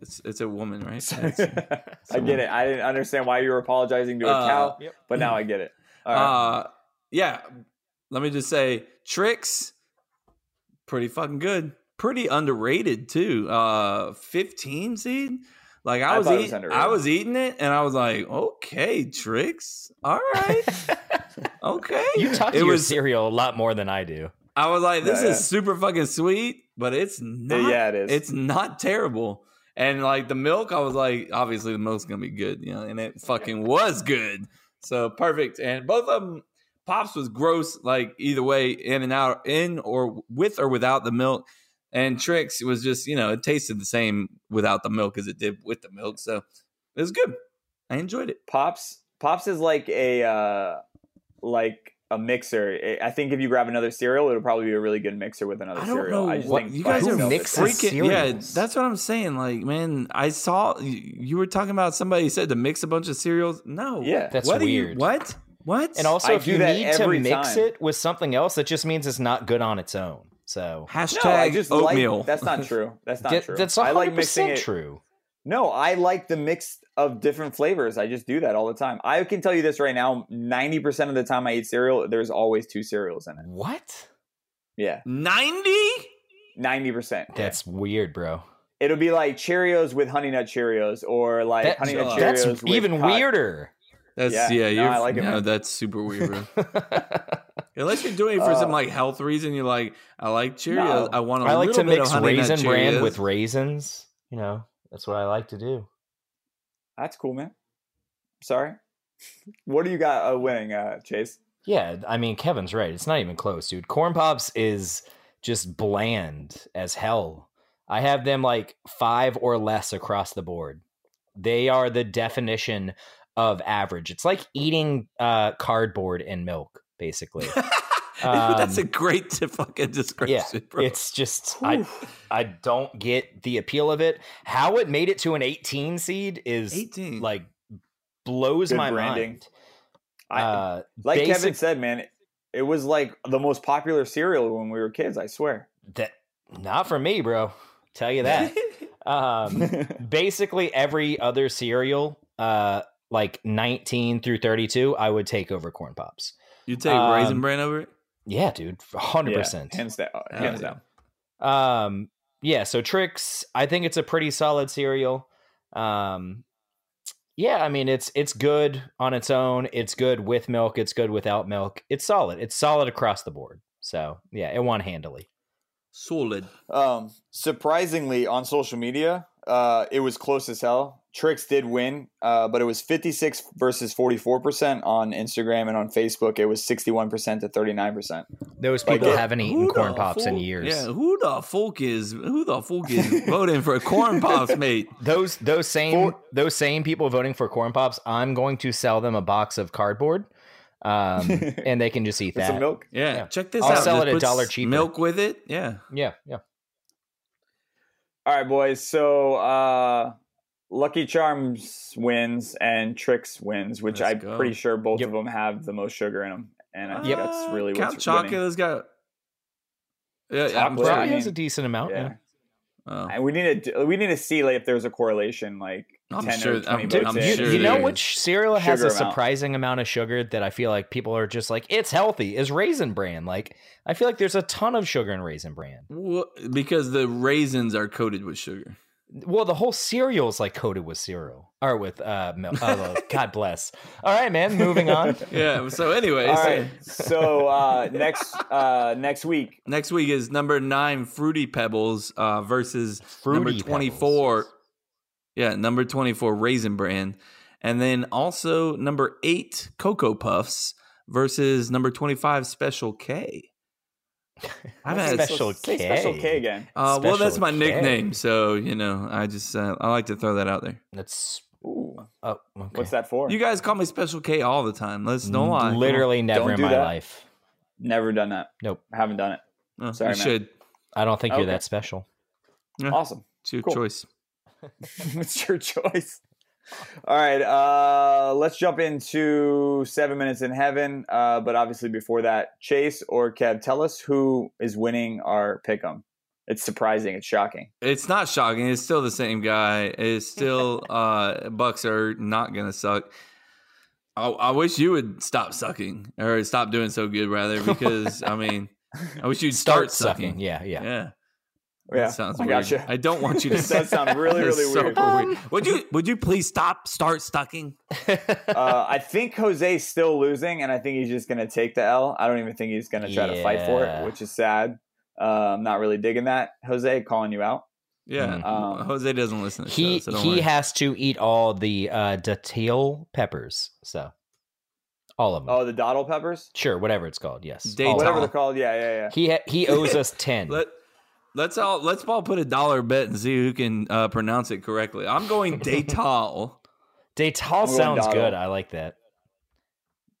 [SPEAKER 2] It's it's a woman, right?
[SPEAKER 1] Sorry.
[SPEAKER 2] It's-
[SPEAKER 1] I get it. I didn't understand why you were apologizing to a
[SPEAKER 2] Uh,
[SPEAKER 1] cow,
[SPEAKER 3] yep.
[SPEAKER 1] but now I get it. All right.
[SPEAKER 2] Uh, yeah. Let me just say, tricks, pretty fucking good. Pretty underrated too. Uh, fifteen seed. Like I,
[SPEAKER 1] I
[SPEAKER 2] was
[SPEAKER 1] thought it was
[SPEAKER 2] eating,
[SPEAKER 1] underrated.
[SPEAKER 2] I was eating it, and I was like, okay, tricks, all
[SPEAKER 1] <laughs>
[SPEAKER 2] right, okay.
[SPEAKER 6] You talk to
[SPEAKER 2] <laughs> it
[SPEAKER 6] your
[SPEAKER 2] was.
[SPEAKER 6] cereal a lot more than I do.
[SPEAKER 2] I was like, this
[SPEAKER 1] Yeah,
[SPEAKER 2] is
[SPEAKER 1] yeah.
[SPEAKER 2] super fucking sweet, but it's not.
[SPEAKER 1] yeah, it is.
[SPEAKER 2] It's not terrible. And like the milk, I was like, obviously the milk's gonna be good, you know, and it fucking was good. So perfect. And both of them, Pops was gross, like either way, in and out, in or with or without the milk. And Tricks was just, you know, it tasted the same without the milk as it did with the milk. So it was good. I enjoyed it.
[SPEAKER 1] Pops Pops is like a uh, like a mixer. I- I think if you grab another cereal, it'll probably be a really good mixer with another
[SPEAKER 2] I don't
[SPEAKER 1] cereal.
[SPEAKER 2] know
[SPEAKER 1] I just
[SPEAKER 2] what-
[SPEAKER 1] think
[SPEAKER 2] you
[SPEAKER 1] by
[SPEAKER 2] guys are
[SPEAKER 1] itself it's
[SPEAKER 6] mixing
[SPEAKER 1] not-
[SPEAKER 2] Freaking, yeah,
[SPEAKER 6] cereals.
[SPEAKER 2] that's what I'm saying. Like, man, I saw y- you were talking about somebody said to mix a bunch of cereals. No,
[SPEAKER 1] Yeah.
[SPEAKER 3] That's
[SPEAKER 2] what do
[SPEAKER 3] weird.
[SPEAKER 2] You, what? What?
[SPEAKER 3] And also,
[SPEAKER 1] I
[SPEAKER 3] if
[SPEAKER 1] do
[SPEAKER 3] you
[SPEAKER 1] that
[SPEAKER 3] need to
[SPEAKER 1] every
[SPEAKER 3] mix
[SPEAKER 1] time.
[SPEAKER 3] it with something else, that just means it's not good on its own. So
[SPEAKER 2] hashtag
[SPEAKER 1] No, I just
[SPEAKER 2] oatmeal.
[SPEAKER 1] like that's not true. That's not
[SPEAKER 3] That-
[SPEAKER 1] true.
[SPEAKER 3] that's
[SPEAKER 1] I
[SPEAKER 3] 100
[SPEAKER 1] like mixing it.
[SPEAKER 3] true.
[SPEAKER 1] No, I like the mix of different flavors. I just do that all the time. I can tell you this right now: ninety percent of the time I eat cereal, there's always two cereals in it.
[SPEAKER 3] What?
[SPEAKER 1] Yeah,
[SPEAKER 2] ninety.
[SPEAKER 1] ninety percent.
[SPEAKER 3] That's weird, bro.
[SPEAKER 1] It'll be like Cheerios with Honey Nut Cheerios, or like
[SPEAKER 3] That-
[SPEAKER 1] Honey Nut Cheerios.
[SPEAKER 3] that's
[SPEAKER 1] with
[SPEAKER 3] even
[SPEAKER 1] cotton-
[SPEAKER 3] weirder.
[SPEAKER 2] That's
[SPEAKER 1] Yeah,
[SPEAKER 2] yeah.
[SPEAKER 1] no,
[SPEAKER 2] you're,
[SPEAKER 1] I like it,
[SPEAKER 2] no,
[SPEAKER 1] man.
[SPEAKER 2] that's super weird. Bro. <laughs> Unless you're doing it for some
[SPEAKER 1] Uh,
[SPEAKER 2] like health reason, you're like, I like Cheerios.
[SPEAKER 1] No.
[SPEAKER 2] I want. I
[SPEAKER 3] <laughs> I like to
[SPEAKER 2] bit
[SPEAKER 3] mix
[SPEAKER 2] of honey Nut
[SPEAKER 3] raisin bran
[SPEAKER 2] Cheerios. <laughs>
[SPEAKER 3] with raisins. You know, that's what I like to do.
[SPEAKER 1] That's cool, man. Sorry. <laughs> What do you got uh, winning, uh, Chase?
[SPEAKER 3] Yeah, I mean Kevin's right. It's not even close, dude. Corn Pops is just bland as hell. I have them like 5 or less across the board. They are the definition of average. It's like eating uh cardboard and milk basically.
[SPEAKER 1] <laughs>
[SPEAKER 2] that's a
[SPEAKER 3] Um,
[SPEAKER 2] great <laughs> to fucking description.
[SPEAKER 3] yeah.
[SPEAKER 2] bro.
[SPEAKER 3] It's just I I don't get the appeal of it. How it made it to an 18 seed is
[SPEAKER 2] eighteen.
[SPEAKER 3] like blows
[SPEAKER 1] mm. Good
[SPEAKER 3] my
[SPEAKER 1] branding.
[SPEAKER 3] mind.
[SPEAKER 1] I,
[SPEAKER 3] uh,
[SPEAKER 1] like Kevin
[SPEAKER 3] basic-
[SPEAKER 1] said, man, it was like the most popular cereal when we were kids. I swear.
[SPEAKER 3] that not for me, bro. Tell you that.
[SPEAKER 1] <laughs>
[SPEAKER 3] um, basically every other cereal, uh, like 19 through 32, I would take over corn pops.
[SPEAKER 2] <laughs> you take
[SPEAKER 3] um,
[SPEAKER 2] raisin bran over it.
[SPEAKER 3] Yeah, dude, 100%.
[SPEAKER 1] hands down.
[SPEAKER 3] uh,
[SPEAKER 2] Oh,
[SPEAKER 1] hands
[SPEAKER 2] yeah.
[SPEAKER 1] down.
[SPEAKER 3] Um, yeah, so tricks, I think it's a pretty solid cereal. Um, yeah, I mean it's it's good on its own. It's good with milk. It's good without milk. It's solid. It's solid across the board. So yeah, it won handily.
[SPEAKER 2] Solid.
[SPEAKER 1] Um, surprisingly, on social media, uh, it was close as hell. Trix did win, uh, but it was 56 versus 44% on Instagram and on Facebook. It was 61% to 39%.
[SPEAKER 3] Those
[SPEAKER 1] Like,
[SPEAKER 3] people
[SPEAKER 1] uh,
[SPEAKER 3] haven't
[SPEAKER 2] Who
[SPEAKER 3] eaten corn
[SPEAKER 2] the
[SPEAKER 3] pops in
[SPEAKER 2] fuck-
[SPEAKER 3] years.
[SPEAKER 2] Yeah, who the fuck is who the fuck is voting for corn
[SPEAKER 3] <laughs>
[SPEAKER 2] pops, mate?
[SPEAKER 3] those those same
[SPEAKER 1] For-
[SPEAKER 3] those same people voting for corn pops i'm going to sell them a box of cardboard
[SPEAKER 1] <laughs>
[SPEAKER 3] um and they can just eat
[SPEAKER 1] With some
[SPEAKER 3] that
[SPEAKER 1] milk.
[SPEAKER 2] Yeah,
[SPEAKER 3] Yeah.
[SPEAKER 2] check this
[SPEAKER 3] I'll
[SPEAKER 2] out.
[SPEAKER 3] sell
[SPEAKER 2] Just
[SPEAKER 3] it a
[SPEAKER 2] put
[SPEAKER 3] dollar
[SPEAKER 2] s-
[SPEAKER 3] cheaper.
[SPEAKER 2] Milk with it. Yeah,
[SPEAKER 3] yeah yeah
[SPEAKER 1] All right, boys. So uh, Lucky Charms wins and Tricks wins, which
[SPEAKER 2] Let's
[SPEAKER 1] I'm
[SPEAKER 2] go.
[SPEAKER 1] pretty sure both
[SPEAKER 3] Yep.
[SPEAKER 1] of them have the most sugar in them, and I think that's
[SPEAKER 2] Uh,
[SPEAKER 1] really
[SPEAKER 2] Count
[SPEAKER 1] what's winning.
[SPEAKER 2] Chocula's got. Yeah, yeah, I'm
[SPEAKER 1] Chocolate.
[SPEAKER 2] sorry.
[SPEAKER 3] probably
[SPEAKER 1] I
[SPEAKER 3] has a
[SPEAKER 1] mean,
[SPEAKER 3] decent amount yeah.
[SPEAKER 1] Yeah,
[SPEAKER 2] Oh.
[SPEAKER 1] and we need to we need to see like if there's a correlation, like
[SPEAKER 2] I'm
[SPEAKER 1] ten
[SPEAKER 2] sure-
[SPEAKER 1] or 20
[SPEAKER 2] I'm-
[SPEAKER 1] votes
[SPEAKER 2] I'm
[SPEAKER 1] in.
[SPEAKER 3] you,
[SPEAKER 2] sure
[SPEAKER 3] you know
[SPEAKER 2] there is.
[SPEAKER 3] which cereal has
[SPEAKER 1] Sugar
[SPEAKER 3] a
[SPEAKER 1] amount.
[SPEAKER 3] surprising amount of sugar that i feel like people are just like it's healthy is raisin bran like i feel like there's a ton of sugar in raisin bran
[SPEAKER 2] Wha- because the raisins are coated
[SPEAKER 1] <laughs>
[SPEAKER 2] with sugar.
[SPEAKER 3] well the whole cereal is like coated with cereal or with uh milk
[SPEAKER 1] <laughs>
[SPEAKER 3] oh, god bless all right man moving on
[SPEAKER 2] Yeah. So, anyways,
[SPEAKER 1] All right. So uh, next uh, next week,
[SPEAKER 2] next week is number nine, Fruity Pebbles uh, versus number
[SPEAKER 3] Fruity Pebbles.
[SPEAKER 2] 24. Yeah, number 24, Raisin Bran. And then also number eight, Cocoa Puffs versus number 25, Special K. I've
[SPEAKER 3] <laughs>
[SPEAKER 1] Say
[SPEAKER 2] had
[SPEAKER 3] Special
[SPEAKER 1] say special
[SPEAKER 3] K.
[SPEAKER 1] K again.
[SPEAKER 2] Uh, well, that's
[SPEAKER 3] Special
[SPEAKER 2] my
[SPEAKER 3] K.
[SPEAKER 2] nickname, so you know, I just uh, I like to throw that out there.
[SPEAKER 3] that's
[SPEAKER 1] Ooh,
[SPEAKER 3] oh okay.
[SPEAKER 1] what's that for?
[SPEAKER 2] You guys call me Special K all the time. Let's
[SPEAKER 1] Mm,
[SPEAKER 2] don't lie.
[SPEAKER 3] Literally never
[SPEAKER 1] Don't
[SPEAKER 3] in
[SPEAKER 1] do
[SPEAKER 3] my
[SPEAKER 1] that.
[SPEAKER 3] life.
[SPEAKER 1] Never done that.
[SPEAKER 3] Nope.
[SPEAKER 1] I haven't done it.
[SPEAKER 2] Oh,
[SPEAKER 1] Sorry,
[SPEAKER 2] you
[SPEAKER 1] man.
[SPEAKER 2] should.
[SPEAKER 3] I don't think
[SPEAKER 1] Okay.
[SPEAKER 3] you're that special.
[SPEAKER 2] Yeah.
[SPEAKER 1] Awesome.
[SPEAKER 2] It's your
[SPEAKER 1] Cool.
[SPEAKER 2] choice.
[SPEAKER 1] <laughs> it's your choice. All right, uh, let's jump into seven minutes in heaven. Uh, but obviously, before that, Chase or Kev, tell us who is winning our pick'em. It's surprising. It's shocking.
[SPEAKER 2] It's not shocking. It's still the same guy.
[SPEAKER 1] <laughs>
[SPEAKER 2] It's still uh Bucks are not gonna suck. I, I wish you would stop sucking or
[SPEAKER 1] <laughs>
[SPEAKER 2] stop doing so good rather because I mean I wish you'd start,
[SPEAKER 3] Start sucking.
[SPEAKER 2] Yeah.
[SPEAKER 3] Yeah, yeah.
[SPEAKER 1] Yeah,
[SPEAKER 2] That sounds
[SPEAKER 1] I
[SPEAKER 2] weird.
[SPEAKER 1] gotcha.
[SPEAKER 2] I don't
[SPEAKER 1] <laughs>
[SPEAKER 2] want you to.
[SPEAKER 1] It does sound
[SPEAKER 2] <laughs>
[SPEAKER 1] really,
[SPEAKER 2] That is
[SPEAKER 1] really
[SPEAKER 2] so
[SPEAKER 1] weird.
[SPEAKER 3] Um,
[SPEAKER 2] Would you would you please stop start sucking?
[SPEAKER 3] <laughs>
[SPEAKER 1] <laughs> uh, I think Jose's still losing, and I think he's just going to take the L. I don't even think he's going to try to fight for
[SPEAKER 3] Yeah.
[SPEAKER 1] it, which is sad. Uh, I'm not really digging that. Jose, calling you out.
[SPEAKER 2] Yeah,
[SPEAKER 1] Um,
[SPEAKER 2] Jose doesn't listen to
[SPEAKER 3] he
[SPEAKER 2] shows, so don't
[SPEAKER 3] he
[SPEAKER 2] worry.
[SPEAKER 3] has to eat all the uh detail peppers. So all of them.
[SPEAKER 1] Oh, the Doddle peppers?
[SPEAKER 3] Sure, whatever it's called. Yes.
[SPEAKER 2] Date
[SPEAKER 3] all of
[SPEAKER 1] Whatever
[SPEAKER 2] Doddle.
[SPEAKER 1] they're called. Yeah, yeah, yeah.
[SPEAKER 3] them. He ha-
[SPEAKER 1] <laughs>
[SPEAKER 3] he owes us 10.
[SPEAKER 2] Let let's all let's all put a dollar bet and see who can uh, pronounce it correctly. I'm going
[SPEAKER 1] <laughs>
[SPEAKER 2] Detal.
[SPEAKER 3] Detal
[SPEAKER 1] I'm going
[SPEAKER 3] sounds
[SPEAKER 1] Doddle.
[SPEAKER 3] good. I like that.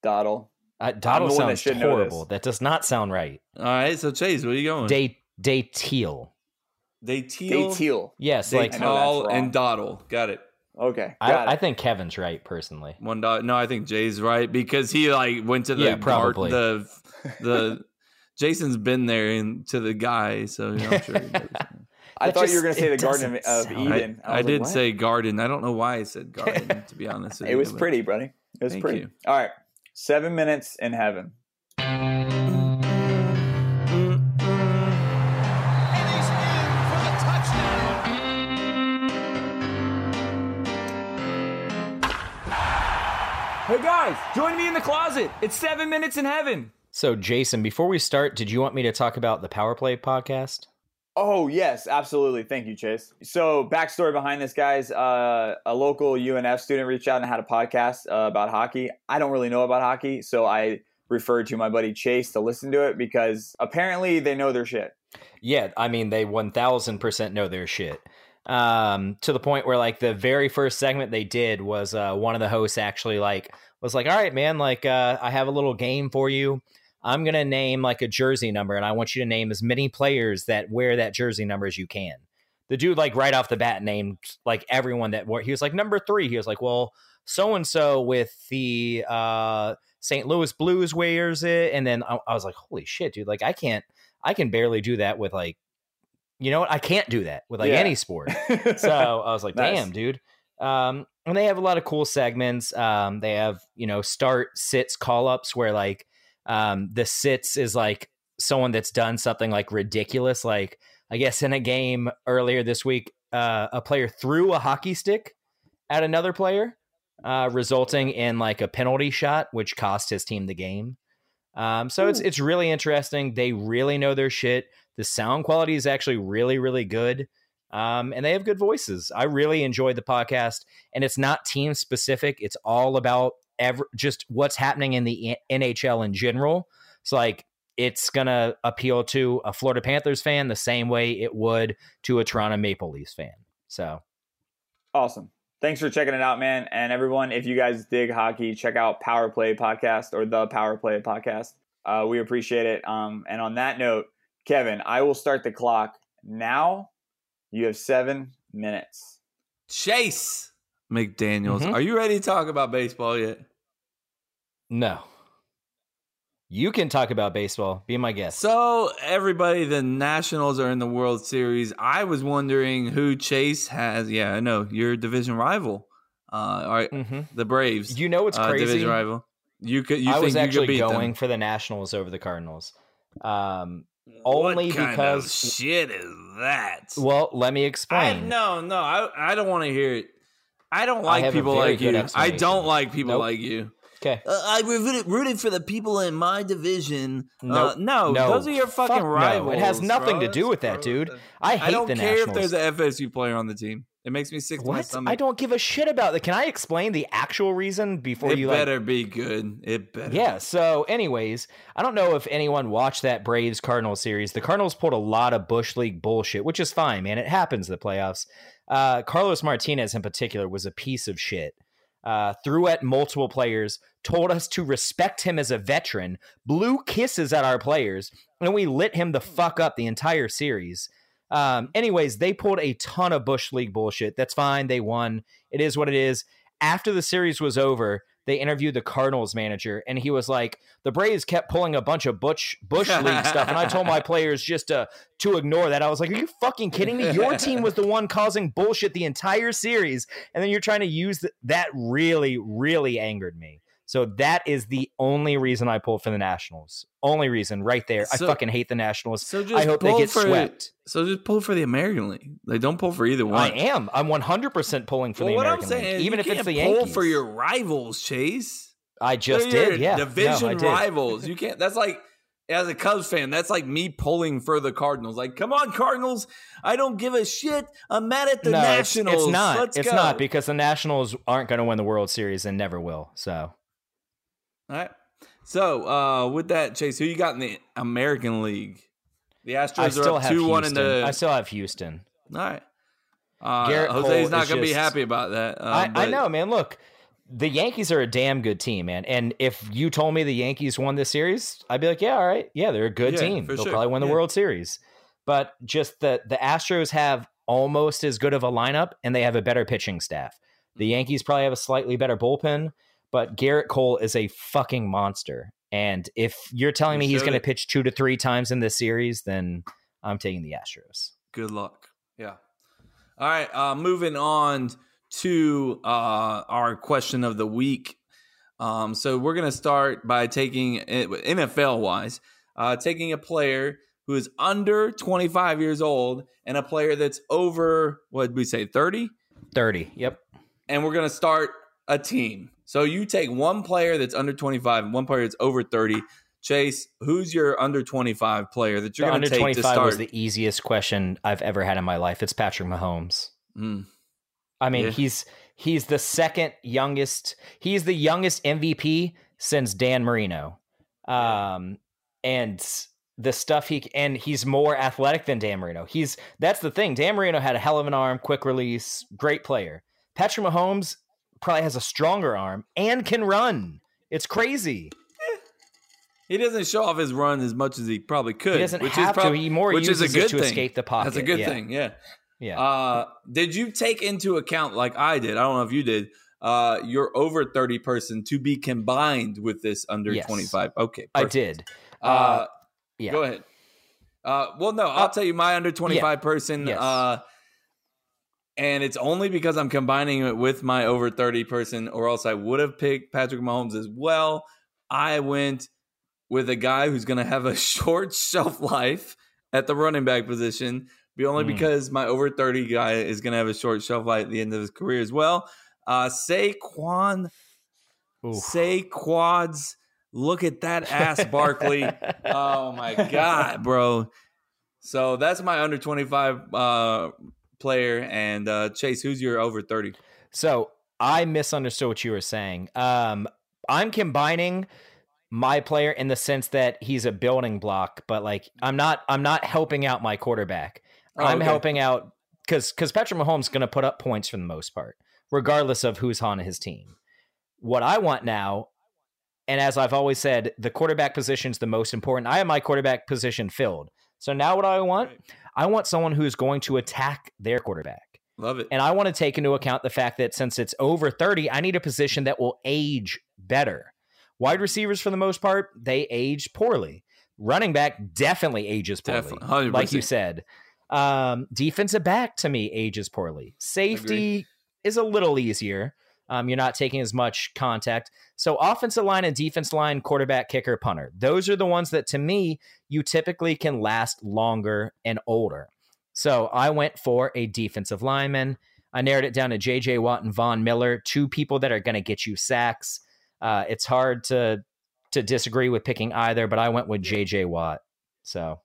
[SPEAKER 1] Doddle.
[SPEAKER 3] Uh,
[SPEAKER 1] the one
[SPEAKER 3] Doddle
[SPEAKER 1] that
[SPEAKER 3] sounds
[SPEAKER 1] should know this.
[SPEAKER 3] horrible. That does not sound right.
[SPEAKER 2] All right, so Chase, where are you going?
[SPEAKER 3] Day Dayteal.
[SPEAKER 2] Detil,
[SPEAKER 1] Datil.
[SPEAKER 3] Yes, like
[SPEAKER 1] I know that's
[SPEAKER 2] Detal, and Doddle. Got it.
[SPEAKER 1] Okay. Got
[SPEAKER 3] I, I
[SPEAKER 1] it.
[SPEAKER 3] think Kevin's right personally.
[SPEAKER 2] One dollar. No, I think Jay's right because he like went to the
[SPEAKER 3] Yeah,
[SPEAKER 2] guard-
[SPEAKER 1] <laughs>
[SPEAKER 3] probably.
[SPEAKER 2] the the. Jason's been there and to the guy, so you know, I'm sure. he
[SPEAKER 1] <laughs>
[SPEAKER 2] knows.
[SPEAKER 1] I
[SPEAKER 3] That
[SPEAKER 1] thought you were
[SPEAKER 3] just-
[SPEAKER 1] going to say
[SPEAKER 3] it
[SPEAKER 1] the Garden of,
[SPEAKER 3] doesn't
[SPEAKER 1] of
[SPEAKER 3] sound-
[SPEAKER 2] I,
[SPEAKER 1] Eden.
[SPEAKER 2] I
[SPEAKER 1] was like,
[SPEAKER 2] did
[SPEAKER 1] what?
[SPEAKER 2] say garden. I don't know why
[SPEAKER 1] <laughs>
[SPEAKER 2] I said garden. to be honest, with
[SPEAKER 1] it
[SPEAKER 2] you,
[SPEAKER 1] was
[SPEAKER 2] but-
[SPEAKER 1] pretty, buddy. It was
[SPEAKER 2] Thank
[SPEAKER 1] pretty.
[SPEAKER 2] you.
[SPEAKER 1] All right. Seven minutes in heaven.
[SPEAKER 7] Hey guys, join me in the closet. It's seven minutes in heaven.
[SPEAKER 3] So Jason, before we start, did you want me to talk about the Power Play podcast?
[SPEAKER 1] Oh yes, absolutely. Thank you, Chase. So backstory behind this, guys. Uh, a local UNF student reached out and had a podcast uh, about hockey. I don't really know about hockey, so I referred to my buddy Chase to listen to it because apparently they know their shit. <laughs>
[SPEAKER 3] Yeah, I mean they one thousand percent know their shit. Um, to the point where like the very first segment they did was uh, one of the hosts actually like was like, "All right, man, like uh, I have a little game for you. I'm gonna name like a jersey number, and I want you to name as many players that wear that jersey number as you can." The dude like right off the bat named like everyone that wore. He was like number three. He was like, "Well, so and so with the uh, St. Louis Blues wears it," and then I, I was like, "Holy shit, dude! Like I can't." I can barely do that with like, you know what? I can't do that with like
[SPEAKER 1] Yeah.
[SPEAKER 3] any sport.
[SPEAKER 1] <laughs>
[SPEAKER 3] So I was like,
[SPEAKER 1] Nice.
[SPEAKER 3] damn, dude. Um, and they have a lot of cool segments. Um, they have you know start sits call ups where like um, the sits is like someone that's done something like ridiculous. Like I guess in a game earlier this week, uh, a player threw a hockey stick at another player, uh, resulting in like a penalty shot, which cost his team the game. Um, so it's it's really interesting. They really know their shit. The sound quality is actually really really good, um, and they have good voices. I really enjoyed the podcast, and it's not team specific. It's all about ever just what's happening in the N- NHL in general. So like it's gonna appeal to a Florida Panthers fan the same way it would to a Toronto Maple Leafs fan. So
[SPEAKER 1] awesome. Thanks for checking it out, man. And everyone, if you guys dig hockey, check out Power Play Podcast or the Power Play Podcast. Uh, we appreciate it. Um, and on that note, Kevin, I will start the clock now. You have seven minutes.
[SPEAKER 2] Chase McDaniels.
[SPEAKER 3] Mhm.
[SPEAKER 2] Are you ready to talk about baseball yet?
[SPEAKER 3] no, you can talk about baseball. Be my guest.
[SPEAKER 2] So everybody, the Nationals are in the World Series. I was wondering who Chase has. Yeah, I know your division rival. Uh, all right,
[SPEAKER 3] Mhm.
[SPEAKER 2] the Braves.
[SPEAKER 3] You know what's
[SPEAKER 2] uh,
[SPEAKER 3] crazy?
[SPEAKER 2] division rival. You could. You
[SPEAKER 3] I
[SPEAKER 2] think
[SPEAKER 3] was
[SPEAKER 2] you
[SPEAKER 3] actually
[SPEAKER 2] could beat
[SPEAKER 3] going
[SPEAKER 2] them?
[SPEAKER 3] for the Nationals over the Cardinals. Um,
[SPEAKER 2] What
[SPEAKER 3] only
[SPEAKER 2] kind of
[SPEAKER 3] because-
[SPEAKER 2] shit is that?
[SPEAKER 3] well, let me
[SPEAKER 2] I,
[SPEAKER 3] explain.
[SPEAKER 2] no, no, I, I don't want to hear it. I don't like
[SPEAKER 3] have a
[SPEAKER 2] people
[SPEAKER 3] very
[SPEAKER 2] like
[SPEAKER 3] good
[SPEAKER 2] you. I
[SPEAKER 3] explanation.
[SPEAKER 2] don't like people
[SPEAKER 3] Nope.
[SPEAKER 2] like you.
[SPEAKER 3] Okay.
[SPEAKER 2] Uh, I rooted, rooted for the people in my division.
[SPEAKER 3] Nope.
[SPEAKER 2] Uh, no,
[SPEAKER 3] No.
[SPEAKER 2] those are your fucking
[SPEAKER 3] Fuck no.
[SPEAKER 2] rivals.
[SPEAKER 3] It has nothing
[SPEAKER 2] bro.
[SPEAKER 3] to do with that,
[SPEAKER 2] That's-
[SPEAKER 3] dude.
[SPEAKER 2] that's-
[SPEAKER 3] I hate
[SPEAKER 2] I don't
[SPEAKER 3] the
[SPEAKER 2] care
[SPEAKER 3] Nationals.
[SPEAKER 2] if there's an FSU player on the team. It makes me sick to my
[SPEAKER 3] what?
[SPEAKER 2] stomach.
[SPEAKER 3] I don't give a shit about that. Can I explain the actual reason before
[SPEAKER 2] It
[SPEAKER 3] you like,
[SPEAKER 2] better be good. It better.
[SPEAKER 3] Yeah. So, anyways, I don't know if anyone watched that Braves Cardinals series. The Cardinals pulled a lot of Bush League bullshit, which is fine, man. It happens in the playoffs. Uh, Carlos Martinez, in particular, was a piece of shit. Uh, threw at multiple players, told us to respect him as a veteran, blew kisses at our players, and we lit him the fuck up the entire series. Um, anyways, they pulled a ton of Bush League bullshit. That's fine. They won. It is what it is. After the series was over, they interviewed the Cardinals manager, and he was like, "The Braves kept pulling a bunch of Butch Bush League stuff, and I told my players just to to ignore that." I was like, "Are you fucking kidding me? Your team was the one causing bullshit the entire series, and then you're trying to use th- that." Really, really angered me. So that is the only reason I pulled for the Nationals. Only reason, right there.
[SPEAKER 2] So-
[SPEAKER 3] I fucking hate the Nationals.
[SPEAKER 2] So just
[SPEAKER 3] I hope they
[SPEAKER 2] pull
[SPEAKER 3] get
[SPEAKER 2] for,
[SPEAKER 3] swept.
[SPEAKER 2] So just pull for the American League. Like don't pull for either one.
[SPEAKER 3] I am. I'm 100% pulling for
[SPEAKER 2] well,
[SPEAKER 3] the
[SPEAKER 2] what
[SPEAKER 3] American
[SPEAKER 2] I'm saying
[SPEAKER 3] League,
[SPEAKER 2] is
[SPEAKER 3] even
[SPEAKER 2] you
[SPEAKER 3] if it's
[SPEAKER 2] can't
[SPEAKER 3] the
[SPEAKER 2] pull
[SPEAKER 3] Yankees.
[SPEAKER 2] for your rivals, Chase.
[SPEAKER 3] I just
[SPEAKER 2] They're your
[SPEAKER 3] did. Yeah, No, I
[SPEAKER 2] division
[SPEAKER 3] did.
[SPEAKER 2] rivals. You can't. That's like as a Cubs fan, that's like me pulling for the Cardinals. Like, come on, Cardinals! I don't give a shit. I'm mad at the
[SPEAKER 3] no, it's-
[SPEAKER 2] Nationals.
[SPEAKER 3] It's, not.
[SPEAKER 2] Let's
[SPEAKER 3] it's
[SPEAKER 2] go.
[SPEAKER 3] not because the Nationals aren't going to win the World Series and never will. So
[SPEAKER 2] All right. So uh, with that, Chase, who you got in the American League? The Astros
[SPEAKER 3] I
[SPEAKER 2] are
[SPEAKER 3] still
[SPEAKER 2] up
[SPEAKER 3] have
[SPEAKER 2] two
[SPEAKER 3] Houston.
[SPEAKER 2] one in the.
[SPEAKER 3] I still have Houston.
[SPEAKER 2] All right. Uh,
[SPEAKER 3] Garrett
[SPEAKER 2] Jose's
[SPEAKER 3] Cole
[SPEAKER 2] not
[SPEAKER 3] is
[SPEAKER 2] gonna be
[SPEAKER 3] just-
[SPEAKER 2] happy about that. um,
[SPEAKER 3] I, I
[SPEAKER 2] but-
[SPEAKER 3] know, man. Look, the Yankees are a damn good team, man. And if you told me the Yankees won this series, I'd be like, yeah, all right, yeah, they're a good
[SPEAKER 2] Yeah,
[SPEAKER 3] team.
[SPEAKER 2] for
[SPEAKER 3] They'll
[SPEAKER 2] sure.
[SPEAKER 3] probably win the
[SPEAKER 2] Yeah.
[SPEAKER 3] World Series. But just the the Astros have almost as good of a lineup, and they have a better pitching staff. The
[SPEAKER 2] Mm-hmm.
[SPEAKER 3] Yankees probably have a slightly better bullpen, but Garrett Cole is a fucking monster. And if you're telling
[SPEAKER 2] He
[SPEAKER 3] me he's
[SPEAKER 2] showed
[SPEAKER 3] going to
[SPEAKER 2] it.
[SPEAKER 3] pitch two to three times in this series, then I'm taking the Astros.
[SPEAKER 2] good luck. Yeah. All right. Uh, moving on to uh, our question of the week. Um, so we're gonna start by taking NFL wise, uh, taking a player who is under 25 years old and a player that's over what did we say 30,
[SPEAKER 3] Thirty. Yep.
[SPEAKER 2] and we're gonna start a team. So you take one player that's under 25 and one player that's over 30. Chase, who's your under 25 player that you're
[SPEAKER 3] the
[SPEAKER 2] going
[SPEAKER 3] under
[SPEAKER 2] to take to
[SPEAKER 3] 25
[SPEAKER 2] start?
[SPEAKER 3] was the easiest question I've ever had in my life. It's Patrick Mahomes.
[SPEAKER 2] Mm.
[SPEAKER 3] I mean,
[SPEAKER 2] Yeah.
[SPEAKER 3] he's he's the second youngest. He's the youngest MVP since Dan Marino. Um and the stuff he and he's more athletic than Dan Marino. He's that's the thing. Dan Marino had a hell of an arm, quick release, great player. Patrick Mahomes probably has a stronger arm and can run. It's crazy.
[SPEAKER 2] He doesn't show off his run as much as he probably could.
[SPEAKER 3] He doesn't
[SPEAKER 2] which
[SPEAKER 3] have
[SPEAKER 2] is prob-
[SPEAKER 3] to. He more
[SPEAKER 2] which
[SPEAKER 3] uses
[SPEAKER 2] is a good
[SPEAKER 3] it to
[SPEAKER 2] thing.
[SPEAKER 3] escape the pocket.
[SPEAKER 2] That's a good
[SPEAKER 3] Yeah.
[SPEAKER 2] thing. Yeah.
[SPEAKER 3] Yeah.
[SPEAKER 2] Uh, did you take into account, like I did? I don't know if you did. Uh, your over thirty person to be combined with this under
[SPEAKER 3] Yes.
[SPEAKER 2] twenty five. Okay,
[SPEAKER 3] I
[SPEAKER 2] perfect.
[SPEAKER 3] did.
[SPEAKER 2] Uh,
[SPEAKER 3] uh, yeah.
[SPEAKER 2] Go ahead. Uh, well, no, I'll
[SPEAKER 3] Uh,
[SPEAKER 2] tell you my under twenty five person.
[SPEAKER 3] Yes.
[SPEAKER 2] Uh, and it's only because I'm combining it with my over thirty person, or else I would have picked Patrick Mahomes as well. I went with a guy who's going to have a <laughs> short shelf life at the running back position, be only
[SPEAKER 3] Mm.
[SPEAKER 2] because my over 30 guy is going to have a short shelf life at the end of his career as well. Uh, Saquon,
[SPEAKER 3] Oof.
[SPEAKER 2] Saquads, look at that ass, Barkley.
[SPEAKER 3] <laughs>
[SPEAKER 2] oh my God, bro. So that's my under 25 uh, player. And uh, Chase, who's your over 30?
[SPEAKER 3] So I misunderstood what you were saying. Um, I'm combining my player in the sense that he's a building block, but like I'm not I'm not helping out my quarterback.
[SPEAKER 2] Oh,
[SPEAKER 3] I'm
[SPEAKER 2] okay.
[SPEAKER 3] helping out because because Patrick Mahomes going to put up points for the most part, regardless of who's on his team. What I want now, and as I've always said, the quarterback position's the most important. I have my quarterback position filled. So now what I want,
[SPEAKER 2] Right.
[SPEAKER 3] I want someone who's going to attack their quarterback.
[SPEAKER 2] Love it.
[SPEAKER 3] And I want to take into account the fact that since it's over 30, I need a position that will age better. Wide receivers, for the most part, they age poorly. Running back definitely ages poorly,
[SPEAKER 2] Definitely. 100%.
[SPEAKER 3] like you said. Um, defensive back to me ages poorly. Safety is a little easier. Um, you're not taking as much contact. So offensive line and defense line, quarterback, kicker, punter. Those are the ones that to me you typically can last longer and older. So I went for a defensive lineman. I narrowed it down to J.J. Watt and Von Miller, two people that are going to get you sacks. Uh, it's hard to to disagree with picking either, but I went with J.J. Watt. So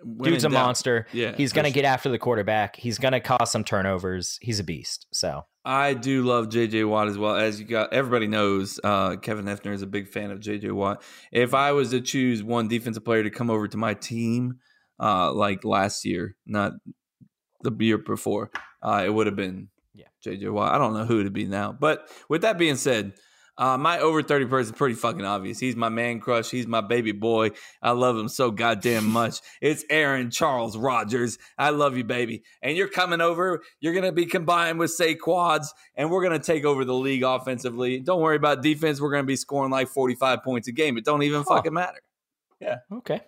[SPEAKER 2] When
[SPEAKER 3] dude's a
[SPEAKER 2] in doubt.
[SPEAKER 3] monster.
[SPEAKER 2] Yeah,
[SPEAKER 3] He's
[SPEAKER 2] for
[SPEAKER 3] going to
[SPEAKER 2] sure.
[SPEAKER 3] get after the quarterback. He's going to cause some turnovers. He's a beast. So
[SPEAKER 2] I do love JJ Watt as well. As you got everybody knows, uh, Kevin Hefner is a big fan of JJ Watt. If I was to choose one defensive player to come over to my team, uh, like last year, not the year before, uh, it would have been
[SPEAKER 3] Yeah.
[SPEAKER 2] JJ Watt. I don't know who it'd be now. But with that being said, uh, my over 30 person is pretty fucking obvious. He's my man crush. He's my baby boy. I love him so goddamn much. It's Aaron Charles Rogers. I love you, baby. And you're coming over. You're going to be combined with Saquads, and we're going to take over the league offensively. Don't worry about defense. We're going to be scoring like 45 points a game. It don't even
[SPEAKER 3] Huh.
[SPEAKER 2] fucking matter.
[SPEAKER 3] okay,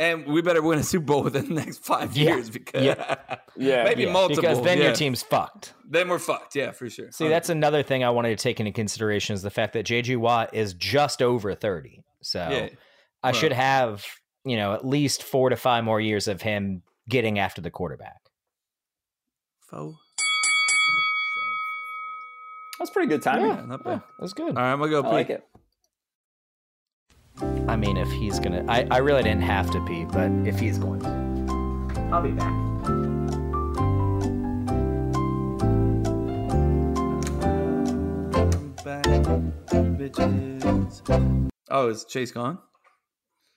[SPEAKER 2] and we better win a Super Bowl within the next five
[SPEAKER 3] Yeah.
[SPEAKER 2] years because
[SPEAKER 1] Yeah.
[SPEAKER 2] maybe
[SPEAKER 3] Yeah,
[SPEAKER 2] multiple.
[SPEAKER 3] because then
[SPEAKER 2] yeah.
[SPEAKER 3] your team's fucked.
[SPEAKER 2] <laughs> then we're fucked. Yeah, for sure.
[SPEAKER 3] See, that's another thing I wanted to take into consideration is the fact that JG Watt is just over 30. So
[SPEAKER 2] yeah.
[SPEAKER 3] I
[SPEAKER 2] well.
[SPEAKER 3] should have, you know, at least four to five more years of him getting after the quarterback.
[SPEAKER 2] Faux.
[SPEAKER 1] That's pretty good timing.
[SPEAKER 2] Yeah, not bad.
[SPEAKER 3] Yeah, that's good.
[SPEAKER 2] All right, I'm gonna go
[SPEAKER 1] I
[SPEAKER 2] pee.
[SPEAKER 1] like it.
[SPEAKER 3] I mean, if he's going to, I I really didn't have to pee, but if he's going to. I'll be back.
[SPEAKER 2] Back, bitches. Oh, is Chase gone?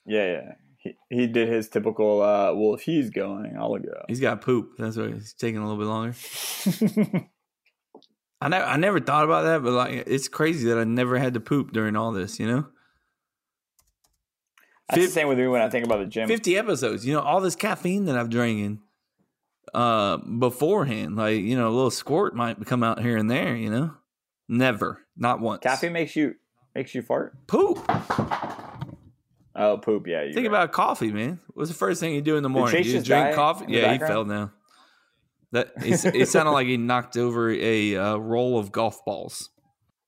[SPEAKER 1] Yeah, yeah. He, he did his typical. Uh, well, if he's going, I'll go.
[SPEAKER 2] He's got poop. That's why he's taking a little bit longer.
[SPEAKER 1] <laughs>
[SPEAKER 2] I never, I never thought about that, but like, it's crazy that I never had to poop during all this. You know,
[SPEAKER 1] That's the same with me when I think about the gym.
[SPEAKER 2] fifty episodes. You know, all this caffeine that I've drinking uh, beforehand, like you know, a little squirt might come out here and there. You know, never, not once.
[SPEAKER 1] Caffeine makes you makes you fart.
[SPEAKER 2] poop.
[SPEAKER 1] Oh, poop. Yeah. you're right.
[SPEAKER 2] Think about coffee, man. What's the first thing you do in the morning?
[SPEAKER 1] Chase
[SPEAKER 2] You
[SPEAKER 1] just die
[SPEAKER 2] drink coffee.
[SPEAKER 1] in the
[SPEAKER 2] Yeah, he fell
[SPEAKER 1] background?
[SPEAKER 2] down. That it's, it sounded like he knocked over a uh, roll of golf balls.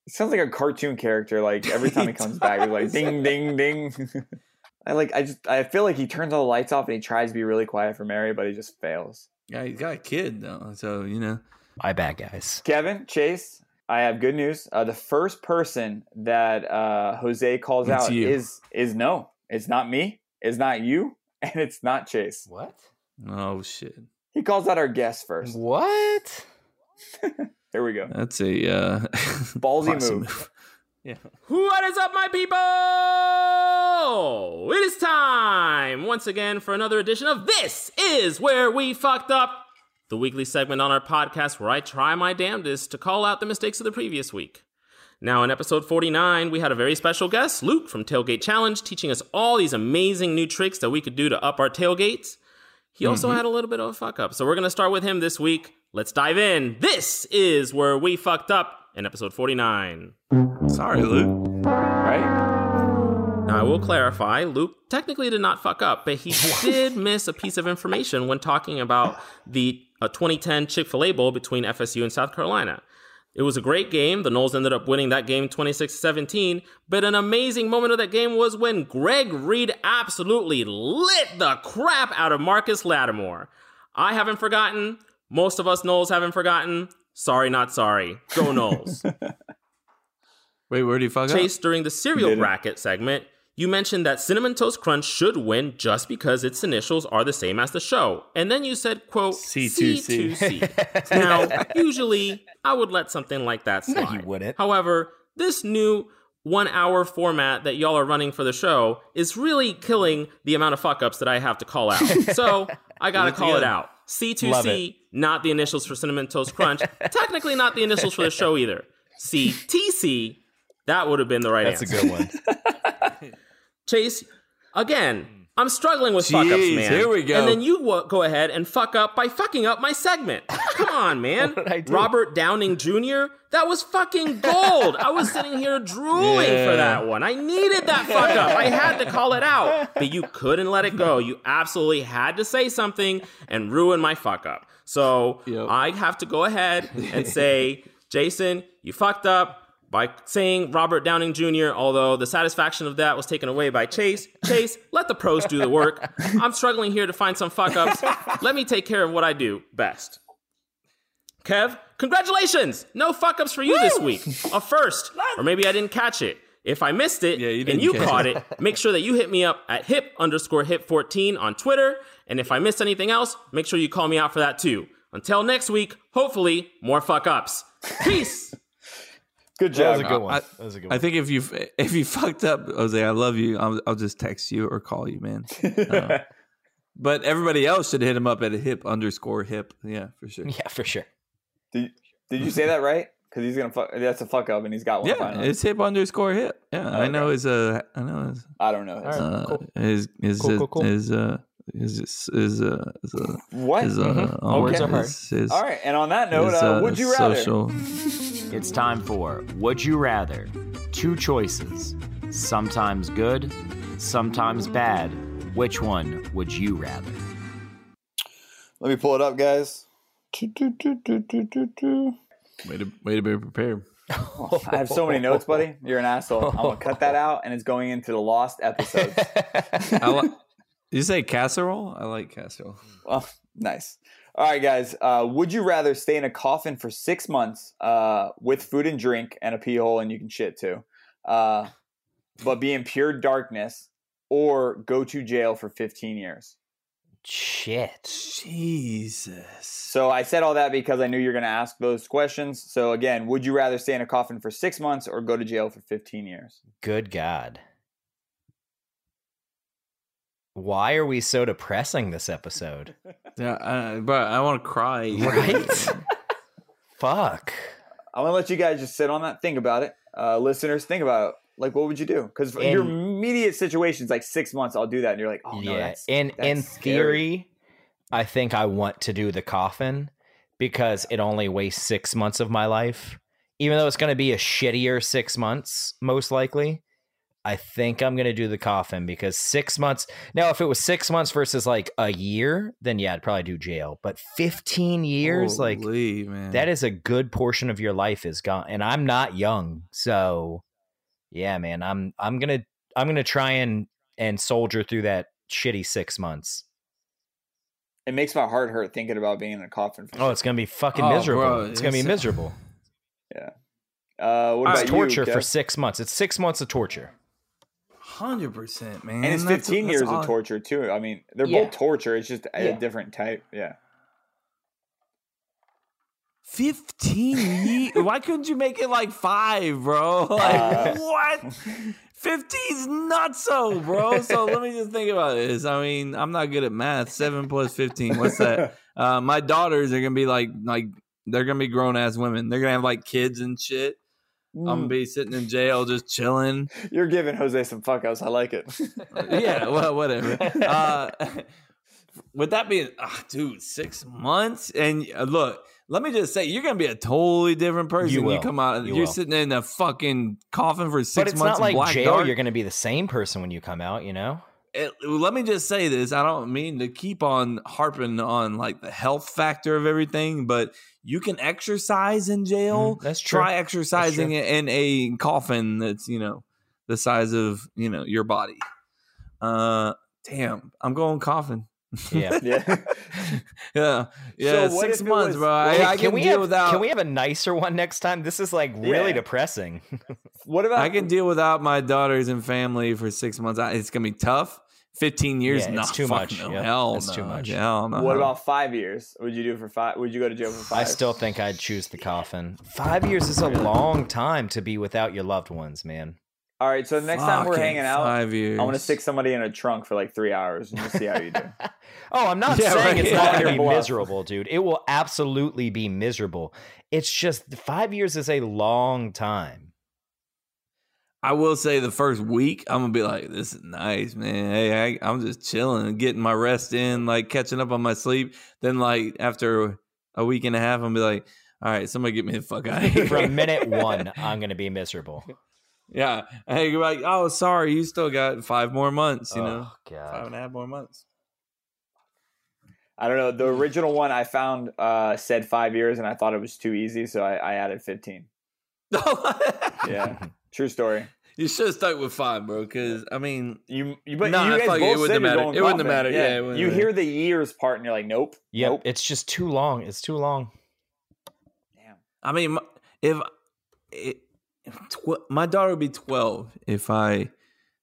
[SPEAKER 1] It sounds like a cartoon character. Like every time he
[SPEAKER 2] He
[SPEAKER 1] comes back, he's like
[SPEAKER 2] does.
[SPEAKER 1] ding, ding, ding. <laughs> I like. I just. I feel like he turns all the lights off and he tries to be really quiet for Mary, but he just fails.
[SPEAKER 2] Yeah, he's got a kid though, so you know.
[SPEAKER 3] My bad, guys.
[SPEAKER 1] Kevin Chase, I have good news. Uh, the first person that uh, Jose calls
[SPEAKER 2] It's
[SPEAKER 1] out
[SPEAKER 2] you.
[SPEAKER 1] is is no. It's not me. It's not you, <laughs> and it's not Chase.
[SPEAKER 4] What?
[SPEAKER 2] Oh shit,
[SPEAKER 1] He calls out our guest first.
[SPEAKER 3] What?
[SPEAKER 1] Here we go.
[SPEAKER 2] that's a uh, <laughs>
[SPEAKER 1] Ballsy
[SPEAKER 2] classy
[SPEAKER 1] move.
[SPEAKER 2] Yeah,
[SPEAKER 5] What is up, my people? It is time once again for another edition of This Is Where We Fucked Up, the weekly segment on our podcast where I try my damnedest to call out the mistakes of the previous week. Now, in episode 49, we had a very special guest, Luke from Tailgate Challenge, teaching us all these amazing new tricks that we could do to up our tailgates. He also had a little bit of a fuck up. So we're going to start with him this week. Let's dive in. This is Where We Fucked Up in episode 49.
[SPEAKER 2] sorry, Luke.
[SPEAKER 1] Right?
[SPEAKER 5] Now, I will clarify Luke technically did not fuck up, but he did miss a piece of information when talking about the uh, 2010 Chick fil A Bowl between FSU and South Carolina. It was a great game. The Knowles ended up winning that game 26 17. But an amazing moment of that game was when Greg Reed absolutely lit the crap out of Marcus Lattimore. I haven't forgotten. Most of us Knowles haven't forgotten. Sorry, not sorry. Go Knowles.
[SPEAKER 2] Wait, where do you fuck
[SPEAKER 5] Chase, during the cereal
[SPEAKER 1] Didn't.
[SPEAKER 5] bracket segment, you mentioned that Cinnamon Toast Crunch should win just because its initials are the same as the show. And then you said, quote,
[SPEAKER 2] C2C.
[SPEAKER 5] C2C. now, usually I would let something like that slide.
[SPEAKER 3] you wouldn't.
[SPEAKER 5] However, this new one hour format that y'all are running for the show is really killing the amount of fuck ups that I have to
[SPEAKER 3] <laughs>
[SPEAKER 5] call out. so I gotta
[SPEAKER 2] Put it
[SPEAKER 5] call it
[SPEAKER 2] together.
[SPEAKER 5] out.
[SPEAKER 3] Love
[SPEAKER 5] C2C,
[SPEAKER 3] it.
[SPEAKER 5] not the initials for Cinnamon
[SPEAKER 3] <laughs>
[SPEAKER 5] Toast Crunch. Technically, not the initials for the show either. CTC, that would have been the right
[SPEAKER 3] That's a <laughs>
[SPEAKER 5] answer.
[SPEAKER 3] good one.
[SPEAKER 5] Chase,
[SPEAKER 3] Hmm.
[SPEAKER 5] again, I'm struggling with fuck ups,
[SPEAKER 2] Jeez,
[SPEAKER 5] man.
[SPEAKER 2] here we go.
[SPEAKER 5] And then you w- go ahead and fuck up by fucking up my segment. Come on, <laughs> man.
[SPEAKER 3] did I do?
[SPEAKER 5] Robert Downing Jr., that was fucking gold. I was sitting here
[SPEAKER 3] <laughs>
[SPEAKER 5] drooling for
[SPEAKER 2] Yeah.
[SPEAKER 5] that one. I needed that fuck up. I had to call it out. But you couldn't let it go. You absolutely had to say something and ruin my fuck up. So
[SPEAKER 2] Yep.
[SPEAKER 5] I have to go ahead
[SPEAKER 2] <laughs>
[SPEAKER 5] and say, Jason, you fucked up by saying Robert Downing Jr., although the satisfaction of that was taken away by Chase. Chase, let the pros do the work. I'm struggling here to find some
[SPEAKER 2] <laughs>
[SPEAKER 5] fuck ups. Let me take care of what I do best. Kev, congratulations! No fuck ups for you this week. A first, or maybe I didn't catch it. If I missed it
[SPEAKER 2] Yeah, you
[SPEAKER 5] and
[SPEAKER 2] didn't
[SPEAKER 5] you
[SPEAKER 2] catch
[SPEAKER 5] caught it, make sure that you hit me up at hip underscore hip 14 on Twitter. And if I missed anything else, make sure you call me out for that too. Until next week, hopefully, more fuck ups. Peace!
[SPEAKER 1] Good
[SPEAKER 3] That was
[SPEAKER 1] job.
[SPEAKER 3] a good one.
[SPEAKER 2] I-
[SPEAKER 3] That was a good
[SPEAKER 2] I
[SPEAKER 3] one.
[SPEAKER 2] think if you <laughs> if you fucked up, Jose, I love you. I'll, I'll just text you or call you, man. Uh, but everybody else should hit him up at hip underscore hip. Yeah, for sure.
[SPEAKER 3] Yeah, for sure.
[SPEAKER 1] Did, did you say that right? Because he's gonna fuck. That's a fuck up, and he's got one.
[SPEAKER 2] Yeah,
[SPEAKER 1] final.
[SPEAKER 2] it's hip underscore hip. Yeah, I know his. Uh, I know his.
[SPEAKER 1] I don't know. his-
[SPEAKER 3] All right.
[SPEAKER 2] Uh,
[SPEAKER 3] cool.
[SPEAKER 2] his his
[SPEAKER 3] Cool, cool, cool.
[SPEAKER 2] his uh his his uh his uh
[SPEAKER 1] What? Mm-hmm.
[SPEAKER 2] his uh
[SPEAKER 3] All words
[SPEAKER 2] his-
[SPEAKER 3] are hard.
[SPEAKER 2] his-
[SPEAKER 1] All right. And on that note,
[SPEAKER 2] his,
[SPEAKER 1] uh,
[SPEAKER 2] uh,
[SPEAKER 1] would you rather?
[SPEAKER 2] social-
[SPEAKER 4] It's time for Would You Rather? Two choices, sometimes good, sometimes bad,
[SPEAKER 8] Which one would you rather?
[SPEAKER 1] Let me pull it up, guys. Do, do, do, do, do, do, do.
[SPEAKER 2] Way to way to be prepared.
[SPEAKER 1] I have so many notes, buddy. You're an asshole. I'm gonna cut that out, and it's going into the lost <laughs> episodes.
[SPEAKER 2] I li- Did you say casserole? I like casserole.
[SPEAKER 1] Well, Oh, nice. All right, guys. Uh, would you rather stay in a coffin for six months uh, with food and drink and a pee hole and you can shit too, uh, but be in pure darkness or go to jail for 15 years?
[SPEAKER 3] Shit.
[SPEAKER 2] Jesus.
[SPEAKER 1] So I said all that because I knew you're going to ask those questions. So again, would you rather stay in a coffin for six months or go to jail for 15 years?
[SPEAKER 3] Good God. Why are we so depressing this episode?
[SPEAKER 2] Yeah, uh, bro, I want to cry.
[SPEAKER 3] <laughs> Right? Fuck.
[SPEAKER 1] I'm gonna let you guys just sit on that. Think about it, uh, listeners. Think about it. Like, what would you do? Because
[SPEAKER 3] In-
[SPEAKER 1] your immediate situation's like six months. I'll do that, and you're like, oh no,
[SPEAKER 3] yeah.
[SPEAKER 1] that's,
[SPEAKER 3] In in
[SPEAKER 1] that's scary.
[SPEAKER 3] theory, I think I want to do the coffin because it only wastes six months of my life. Even though it's going to be a shittier six months, most likely. I think I'm going to do the coffin because six months. Now, if it was six months versus like a year, then yeah, I'd probably do jail. But 15 years,
[SPEAKER 1] Oh,
[SPEAKER 3] like
[SPEAKER 2] Holy, man.
[SPEAKER 3] that is a good portion of your life is gone and i'm not young so yeah man i'm i'm gonna i'm gonna try and and soldier through that shitty six months
[SPEAKER 1] It makes my heart hurt thinking about being in a coffin. For
[SPEAKER 3] oh it's gonna be fucking
[SPEAKER 2] Oh,
[SPEAKER 3] miserable
[SPEAKER 2] bro,
[SPEAKER 3] it's gonna be
[SPEAKER 2] it's-
[SPEAKER 3] miserable
[SPEAKER 1] Uh, what
[SPEAKER 2] It's
[SPEAKER 1] about
[SPEAKER 3] it's
[SPEAKER 1] you,
[SPEAKER 3] torture for
[SPEAKER 1] Kev?
[SPEAKER 3] six months it's six months of torture
[SPEAKER 2] hundred percent, man.
[SPEAKER 1] and it's
[SPEAKER 2] That's-
[SPEAKER 1] 15
[SPEAKER 2] that's
[SPEAKER 1] years
[SPEAKER 2] all-
[SPEAKER 1] of torture too. I mean, they're
[SPEAKER 3] Yeah.
[SPEAKER 1] both torture. It's just a
[SPEAKER 3] Yeah.
[SPEAKER 1] different type. Yeah. <laughs>
[SPEAKER 2] Fifteen years. Why couldn't you make it like five, bro? <laughs> Like
[SPEAKER 1] Uh,
[SPEAKER 2] what? Fifteen's not so, bro. So let me just think about this. I mean, I'm not good at math. Seven plus fifteen.
[SPEAKER 1] <laughs>
[SPEAKER 2] What's that? Uh, my daughters are gonna be like like they're gonna be grown ass women. They're gonna have like kids and shit.
[SPEAKER 3] Mm.
[SPEAKER 2] I'm gonna be sitting in jail just chilling.
[SPEAKER 1] You're giving Jose some fuck ups. I
[SPEAKER 3] <laughs>
[SPEAKER 1] like it.
[SPEAKER 2] yeah, well, whatever. Uh, with that being, ah, dude, six months, and uh, look, let me just say, you're gonna be a totally different person.
[SPEAKER 3] You
[SPEAKER 2] when
[SPEAKER 3] will.
[SPEAKER 2] come out,
[SPEAKER 3] You
[SPEAKER 2] you are
[SPEAKER 3] will.
[SPEAKER 2] sitting in a fucking coffin for
[SPEAKER 3] but
[SPEAKER 2] six
[SPEAKER 3] it's
[SPEAKER 2] months.
[SPEAKER 3] not like
[SPEAKER 2] in black
[SPEAKER 3] jail
[SPEAKER 2] dark.
[SPEAKER 3] you're gonna be the same person when you come out you know
[SPEAKER 2] It- let me just say this: I don't mean to keep on harping on like the health factor of everything, but you can exercise in jail.
[SPEAKER 3] Mhm, that's true
[SPEAKER 2] Try exercising it in a coffin that's you know the size of you know your body. Uh, damn, I'm going coffin. <laughs>
[SPEAKER 3] yeah
[SPEAKER 1] yeah.
[SPEAKER 2] Yeah, yeah,
[SPEAKER 1] So what
[SPEAKER 2] six
[SPEAKER 1] if it
[SPEAKER 2] months,
[SPEAKER 1] was-
[SPEAKER 2] bro.
[SPEAKER 3] Hey,
[SPEAKER 2] I, I
[SPEAKER 3] can,
[SPEAKER 2] can,
[SPEAKER 3] we
[SPEAKER 2] deal
[SPEAKER 3] have,
[SPEAKER 2] without.
[SPEAKER 3] can we have a nicer one next time this is like really
[SPEAKER 1] Yeah.
[SPEAKER 3] depressing
[SPEAKER 1] What about?
[SPEAKER 2] I can deal without my daughters and family for six months. I, it's gonna be tough. Fifteen years,
[SPEAKER 3] Yeah,
[SPEAKER 2] no,
[SPEAKER 3] it's too
[SPEAKER 2] fuck
[SPEAKER 3] much.
[SPEAKER 2] No,
[SPEAKER 3] Yep,
[SPEAKER 2] hell,
[SPEAKER 3] it's
[SPEAKER 2] no,
[SPEAKER 3] too much.
[SPEAKER 2] Hell, no.
[SPEAKER 1] What about five years? Would you do for five? Would you go to jail for five?
[SPEAKER 3] Uh-huh. I still think I'd choose the coffin. Five years is a long time to be without your loved ones, man.
[SPEAKER 1] All right. So the next time we're
[SPEAKER 2] Fucking
[SPEAKER 1] hanging out,
[SPEAKER 2] Five years.
[SPEAKER 1] I want to stick somebody in a trunk for like three hours and just see how you do.
[SPEAKER 3] <laughs> Oh, I'm not
[SPEAKER 2] Yeah,
[SPEAKER 3] saying
[SPEAKER 2] right.
[SPEAKER 3] it's
[SPEAKER 2] <laughs>
[SPEAKER 3] not going
[SPEAKER 1] Your
[SPEAKER 3] to be
[SPEAKER 1] bluff.
[SPEAKER 3] miserable, dude. It will absolutely be miserable. It's just five years is a
[SPEAKER 2] <laughs>
[SPEAKER 3] long time.
[SPEAKER 2] I will say the first week, I'm gonna be like, "This is nice, man. Hey, I, I'm just chilling, getting my rest in, like catching up on my sleep." Then, like after a week and a half, I'm be like, "All right, somebody get me the fuck out of here."
[SPEAKER 3] <laughs> From minute one, I'm going to be miserable.
[SPEAKER 2] <laughs> Yeah. Hey, you're like, oh, sorry, you still got five more months, you know,
[SPEAKER 3] oh,
[SPEAKER 2] five
[SPEAKER 3] God.
[SPEAKER 2] and a half more <laughs> months.
[SPEAKER 1] I don't
[SPEAKER 3] <laughs>
[SPEAKER 1] know. The original one I found uh, said five years, and I thought it was too easy, so I, I added fifteen.
[SPEAKER 3] <laughs>
[SPEAKER 1] Yeah, true story.
[SPEAKER 2] you should have stuck with five, bro. Because I mean,
[SPEAKER 1] You, you but
[SPEAKER 2] Nah,
[SPEAKER 1] you
[SPEAKER 2] I
[SPEAKER 1] guys
[SPEAKER 2] thought it
[SPEAKER 1] both
[SPEAKER 2] wouldn't
[SPEAKER 1] said you're
[SPEAKER 2] have mattered.
[SPEAKER 1] going
[SPEAKER 2] It wouldn't
[SPEAKER 1] coffin.
[SPEAKER 2] have mattered. Yeah, it wouldn't
[SPEAKER 1] you
[SPEAKER 2] have
[SPEAKER 1] hear the years part, and you're like, nope,
[SPEAKER 3] Yep.
[SPEAKER 1] nope.
[SPEAKER 3] It's just too long. It's too long.
[SPEAKER 2] I mean, my- if it, if tw- my daughter would be twelve if I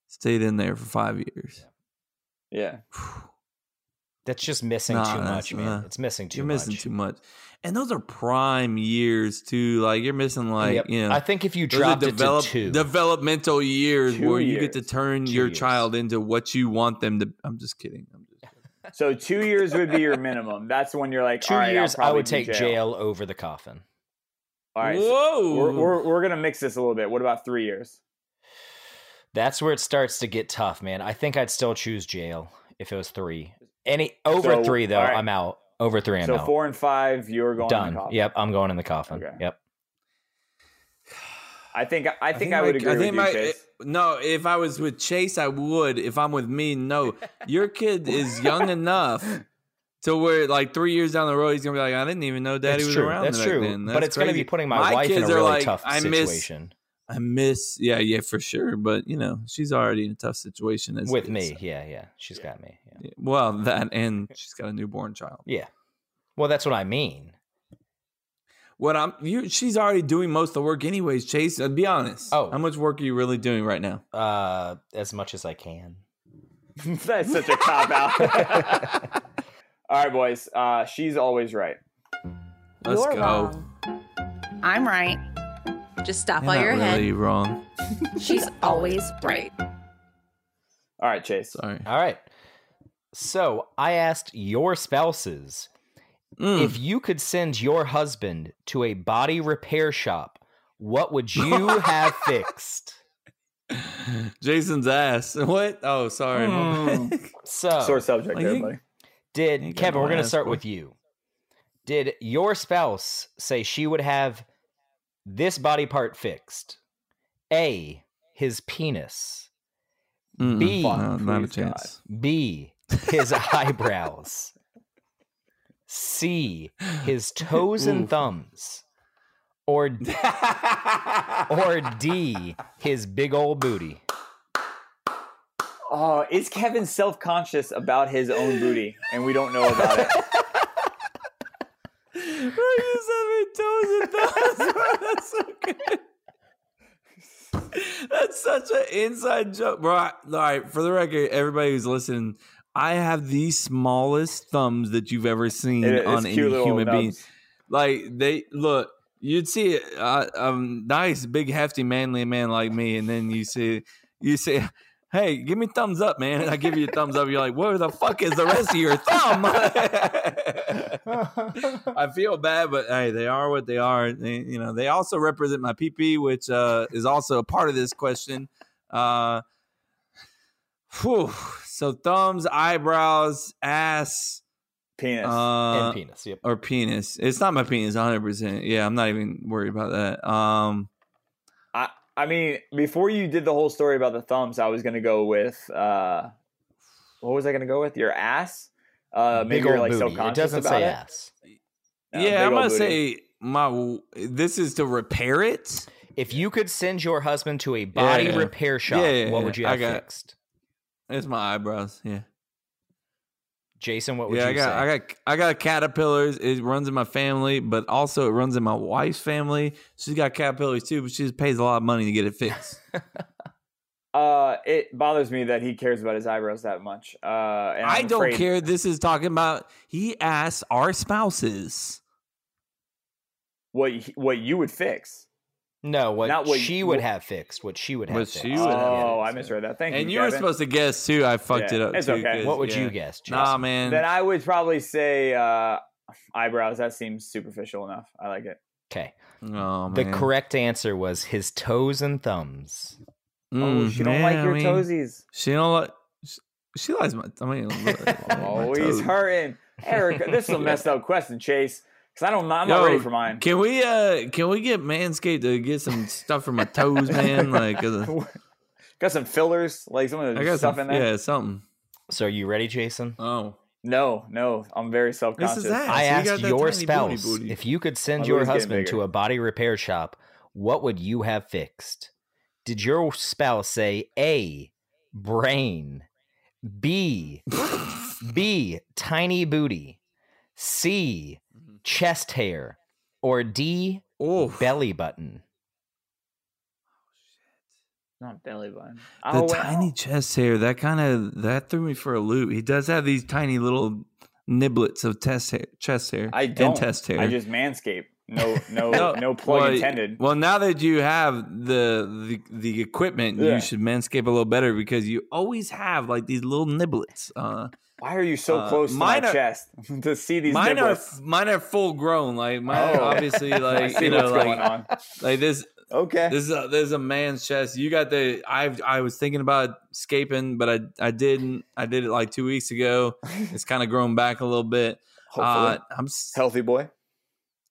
[SPEAKER 2] stayed in there for five years.
[SPEAKER 1] Yeah,
[SPEAKER 3] That's just missing
[SPEAKER 2] Nah,
[SPEAKER 3] too
[SPEAKER 2] that's-
[SPEAKER 3] much, man.
[SPEAKER 2] uh,
[SPEAKER 3] it's missing too
[SPEAKER 2] you're missing
[SPEAKER 3] much.
[SPEAKER 2] too much, and those are prime years too. Like you're missing, like
[SPEAKER 3] Yep.
[SPEAKER 2] you know,
[SPEAKER 3] I think if you
[SPEAKER 2] Those are
[SPEAKER 3] dropped it to
[SPEAKER 2] develop-
[SPEAKER 3] two,
[SPEAKER 2] developmental years
[SPEAKER 1] Two
[SPEAKER 2] where you get to
[SPEAKER 1] years.
[SPEAKER 2] turn
[SPEAKER 3] Two
[SPEAKER 2] your
[SPEAKER 3] years.
[SPEAKER 2] child into what you want them to. I'm just kidding. I'm just kidding.
[SPEAKER 1] so two years would be your minimum. That's when you're like,
[SPEAKER 3] two
[SPEAKER 1] all right, I'll
[SPEAKER 3] years, I
[SPEAKER 1] probably
[SPEAKER 3] would
[SPEAKER 1] do
[SPEAKER 3] take jail over the coffin.
[SPEAKER 1] All right, so
[SPEAKER 2] Whoa,
[SPEAKER 1] we're, we're we're gonna mix this a little bit. What about three years?
[SPEAKER 3] That's where it starts to get tough, man. I think I'd still choose jail if it was three. Any over
[SPEAKER 1] So,
[SPEAKER 3] three though,
[SPEAKER 1] all right.
[SPEAKER 3] I'm out. Over three, I'm
[SPEAKER 1] so
[SPEAKER 3] out.
[SPEAKER 1] four and five, you're going in the
[SPEAKER 3] Done.
[SPEAKER 1] coffin.
[SPEAKER 3] Yep, I'm going in the coffin.
[SPEAKER 1] Okay.
[SPEAKER 3] Yep.
[SPEAKER 1] I think I think I, would agree with you,
[SPEAKER 2] my-
[SPEAKER 1] Chase.
[SPEAKER 2] no, if I was with Chase, I would. If I'm with me, no. Your
[SPEAKER 3] <laughs>
[SPEAKER 2] kid is young enough to where, like, three years down the road, he's gonna be like, I didn't even know Daddy
[SPEAKER 3] That's
[SPEAKER 2] was
[SPEAKER 3] true.
[SPEAKER 2] around.
[SPEAKER 3] That's
[SPEAKER 2] back
[SPEAKER 3] true.
[SPEAKER 2] then.
[SPEAKER 3] but
[SPEAKER 2] That's
[SPEAKER 3] it's going to be
[SPEAKER 2] crazy.
[SPEAKER 3] putting my,
[SPEAKER 2] My
[SPEAKER 3] wife in a
[SPEAKER 2] kids are
[SPEAKER 3] really
[SPEAKER 2] like,
[SPEAKER 3] tough
[SPEAKER 2] I miss-
[SPEAKER 3] situation
[SPEAKER 2] I miss, yeah, yeah, for sure. But you know, she's already in a tough situation as it
[SPEAKER 3] with
[SPEAKER 2] is.
[SPEAKER 3] me. Yeah, yeah. She's got me. Yeah.
[SPEAKER 2] Well, that and she's got a newborn child.
[SPEAKER 3] yeah. Well, that's what I mean.
[SPEAKER 2] What I'm, you, she's already doing most of the work, anyways. Chase, uh, be honest.
[SPEAKER 3] Oh.
[SPEAKER 2] how much work are you really doing right now?
[SPEAKER 3] Uh, as much as I can.
[SPEAKER 1] <laughs> That's such a cop out. <laughs> All right, boys. Uh, she's always right.
[SPEAKER 2] Let's
[SPEAKER 9] You're
[SPEAKER 2] go.
[SPEAKER 9] wrong. I'm right.
[SPEAKER 10] Just stop
[SPEAKER 2] You're
[SPEAKER 10] while
[SPEAKER 2] not
[SPEAKER 10] you're ahead.
[SPEAKER 2] really wrong.
[SPEAKER 10] She's always right.
[SPEAKER 1] All right, Chase.
[SPEAKER 2] Sorry.
[SPEAKER 3] All right. So I asked your spouses
[SPEAKER 2] Mm.
[SPEAKER 3] if you could send your husband to a body repair shop, what
[SPEAKER 2] <laughs>
[SPEAKER 3] would you have fixed?
[SPEAKER 2] Jason's ass. <laughs> What? Oh, sorry.
[SPEAKER 3] Hmm. So,
[SPEAKER 1] Sore subject,
[SPEAKER 2] Like, you-
[SPEAKER 1] everybody.
[SPEAKER 2] You
[SPEAKER 3] did
[SPEAKER 2] got my
[SPEAKER 3] Kevin, we're going to
[SPEAKER 2] ass,
[SPEAKER 3] start
[SPEAKER 2] boy.
[SPEAKER 3] with you. Did your spouse say she would have this body part fixed? A, his penis.
[SPEAKER 2] <laughs> Mm-mm.
[SPEAKER 3] B,
[SPEAKER 2] No, not a
[SPEAKER 1] please, God.
[SPEAKER 2] chance.
[SPEAKER 3] B,
[SPEAKER 2] <laughs>
[SPEAKER 3] his eyebrows. C, his toes and
[SPEAKER 2] Oof.
[SPEAKER 3] thumbs.
[SPEAKER 2] <laughs>
[SPEAKER 3] Or or D, his big old booty.
[SPEAKER 1] Oh, is Kevin self conscious about his own booty and we don't know about
[SPEAKER 3] <laughs>
[SPEAKER 1] it?
[SPEAKER 2] Oh, <laughs> That's so good. That's such an inside joke, bro. I- all right, for the record, everybody who's listening, I have the smallest thumbs that you've ever seen
[SPEAKER 1] It- it's
[SPEAKER 2] on any
[SPEAKER 1] cute little
[SPEAKER 2] human being.
[SPEAKER 1] nubs.
[SPEAKER 2] Like they look, you'd see a, a nice, big, hefty, manly man like me, and then you see, you say, "Hey, give me thumbs up, man!" And I give you a thumbs up. You're like, "Where the fuck is the rest of your thumb?" <laughs> I feel bad, but hey, they are what they are. They, you know, they also represent my PP, which uh, is also a part of this question. Uh, whew. So thumbs, eyebrows, ass,
[SPEAKER 1] Penis.
[SPEAKER 2] uh,
[SPEAKER 3] and penis. Yep.
[SPEAKER 2] or penis. It's not my penis, hundred percent. Yeah, I'm not even worried about that. Um,
[SPEAKER 1] I, I mean, before you did the whole story about the thumbs, I was going to go with uh, what was I going to go with? Your ass? Uh, maybe you're like self
[SPEAKER 3] It
[SPEAKER 1] conscious.
[SPEAKER 3] doesn't
[SPEAKER 1] about
[SPEAKER 3] say
[SPEAKER 1] it.
[SPEAKER 3] ass.
[SPEAKER 1] Yeah, big
[SPEAKER 2] yeah, I'm
[SPEAKER 1] old
[SPEAKER 2] gonna
[SPEAKER 1] booty.
[SPEAKER 2] say my. w- This is to repair it.
[SPEAKER 3] If you could send your husband to a body
[SPEAKER 2] Yeah.
[SPEAKER 3] repair shop,
[SPEAKER 2] Yeah, yeah,
[SPEAKER 3] what would
[SPEAKER 2] yeah.
[SPEAKER 3] you have
[SPEAKER 2] I got-
[SPEAKER 3] fixed?
[SPEAKER 2] It's my eyebrows. Yeah.
[SPEAKER 3] Jason, what would
[SPEAKER 2] yeah,
[SPEAKER 3] you
[SPEAKER 2] I got,
[SPEAKER 3] say?
[SPEAKER 2] I got, I got caterpillars. It runs in my family, but also it runs in my wife's family. She's got caterpillars too, but she just pays a lot of money to get it
[SPEAKER 1] <laughs>
[SPEAKER 2] fixed.
[SPEAKER 1] Uh, it bothers me that he cares about his eyebrows that much. Uh, and
[SPEAKER 2] I
[SPEAKER 1] I'm
[SPEAKER 2] don't
[SPEAKER 1] afraid-
[SPEAKER 2] care. This is talking about. He asks our spouses.
[SPEAKER 1] what y- what you would fix.
[SPEAKER 3] no, what,
[SPEAKER 1] not what
[SPEAKER 3] she
[SPEAKER 1] you-
[SPEAKER 3] would have fixed, what she would have
[SPEAKER 2] What
[SPEAKER 3] fixed.
[SPEAKER 2] she You would have
[SPEAKER 1] oh, I misread that. Thank you.
[SPEAKER 2] and you were
[SPEAKER 1] Kevin.
[SPEAKER 2] supposed to guess too. I fucked
[SPEAKER 1] Yeah,
[SPEAKER 2] it up.
[SPEAKER 1] it's
[SPEAKER 2] too,
[SPEAKER 1] okay.
[SPEAKER 2] 'cause-
[SPEAKER 3] What would
[SPEAKER 2] yeah.
[SPEAKER 3] you guess, Jason?
[SPEAKER 2] Nah, man.
[SPEAKER 1] Then I would probably say uh, eyebrows. That seems superficial enough. I like it.
[SPEAKER 3] okay.
[SPEAKER 2] oh, man.
[SPEAKER 3] The correct answer was his toes and thumbs.
[SPEAKER 1] oh,
[SPEAKER 2] Mm,
[SPEAKER 1] she don't like
[SPEAKER 2] yeah, I
[SPEAKER 1] your
[SPEAKER 2] mean,
[SPEAKER 1] toesies.
[SPEAKER 2] She don't like. She, she likes my. I mean,
[SPEAKER 1] <laughs>
[SPEAKER 2] my
[SPEAKER 1] Always
[SPEAKER 2] toes.
[SPEAKER 1] hurting. Erica,
[SPEAKER 2] <laughs>
[SPEAKER 1] this is a messed up question, Chase. Because I don't. I'm not
[SPEAKER 2] Yo,
[SPEAKER 1] ready for mine.
[SPEAKER 2] Can we uh can we get Manscaped to get some stuff for my toes,
[SPEAKER 1] <laughs>
[SPEAKER 2] man? Like 'cause
[SPEAKER 1] Got some fillers, like some of
[SPEAKER 2] I
[SPEAKER 1] the
[SPEAKER 2] got
[SPEAKER 1] stuff
[SPEAKER 2] some,
[SPEAKER 1] in there.
[SPEAKER 2] yeah, something.
[SPEAKER 3] So are you ready, Jason?
[SPEAKER 1] <laughs>
[SPEAKER 2] Oh.
[SPEAKER 1] No, no, I'm very self
[SPEAKER 2] This
[SPEAKER 1] conscious.
[SPEAKER 2] is that.
[SPEAKER 3] I
[SPEAKER 2] So you got
[SPEAKER 3] asked
[SPEAKER 2] that
[SPEAKER 3] your
[SPEAKER 2] tiny booty
[SPEAKER 3] spouse
[SPEAKER 2] booty.
[SPEAKER 3] if you could send
[SPEAKER 1] My
[SPEAKER 3] your
[SPEAKER 1] booty's getting
[SPEAKER 3] husband to
[SPEAKER 1] bigger.
[SPEAKER 3] a body repair shop, what would you have fixed? Did your spouse say A, brain, B, B, tiny booty, C,
[SPEAKER 2] Mm-hmm.
[SPEAKER 3] chest hair, or D,
[SPEAKER 2] Oh.
[SPEAKER 3] belly button?
[SPEAKER 1] Not belly button.
[SPEAKER 2] The
[SPEAKER 1] Oh, well.
[SPEAKER 2] tiny chest hair, that kind of that threw me for a loop. He does have these tiny little niblets of test hair, chest hair, <laughs>
[SPEAKER 1] I don't.
[SPEAKER 2] and test hair.
[SPEAKER 1] I just manscape. No,
[SPEAKER 2] <laughs>
[SPEAKER 1] no, no, plug
[SPEAKER 2] well,
[SPEAKER 1] intended.
[SPEAKER 2] Well, now that you have the the, the equipment,
[SPEAKER 1] Yeah.
[SPEAKER 2] you should manscape a little better because you always have like these little niblets. Uh,
[SPEAKER 1] Why are you so
[SPEAKER 2] uh,
[SPEAKER 1] close to my
[SPEAKER 2] mine are-
[SPEAKER 1] chest <laughs> to see these
[SPEAKER 2] mine
[SPEAKER 1] niblets?
[SPEAKER 2] are mine are full grown. Like mine, are
[SPEAKER 1] Oh. <laughs>
[SPEAKER 2] obviously,
[SPEAKER 1] I
[SPEAKER 2] <laughs> like
[SPEAKER 1] see
[SPEAKER 2] you know,
[SPEAKER 1] what's going
[SPEAKER 2] like
[SPEAKER 1] on.
[SPEAKER 2] like this
[SPEAKER 1] Okay.
[SPEAKER 2] This is a, this is a man's chest. You got the. I I was thinking about escaping, but I I didn't. I did it like
[SPEAKER 1] <laughs>
[SPEAKER 2] two weeks ago. It's kind of grown back a little bit.
[SPEAKER 1] Hopefully.
[SPEAKER 2] Uh, I'm s-
[SPEAKER 1] Healthy boy.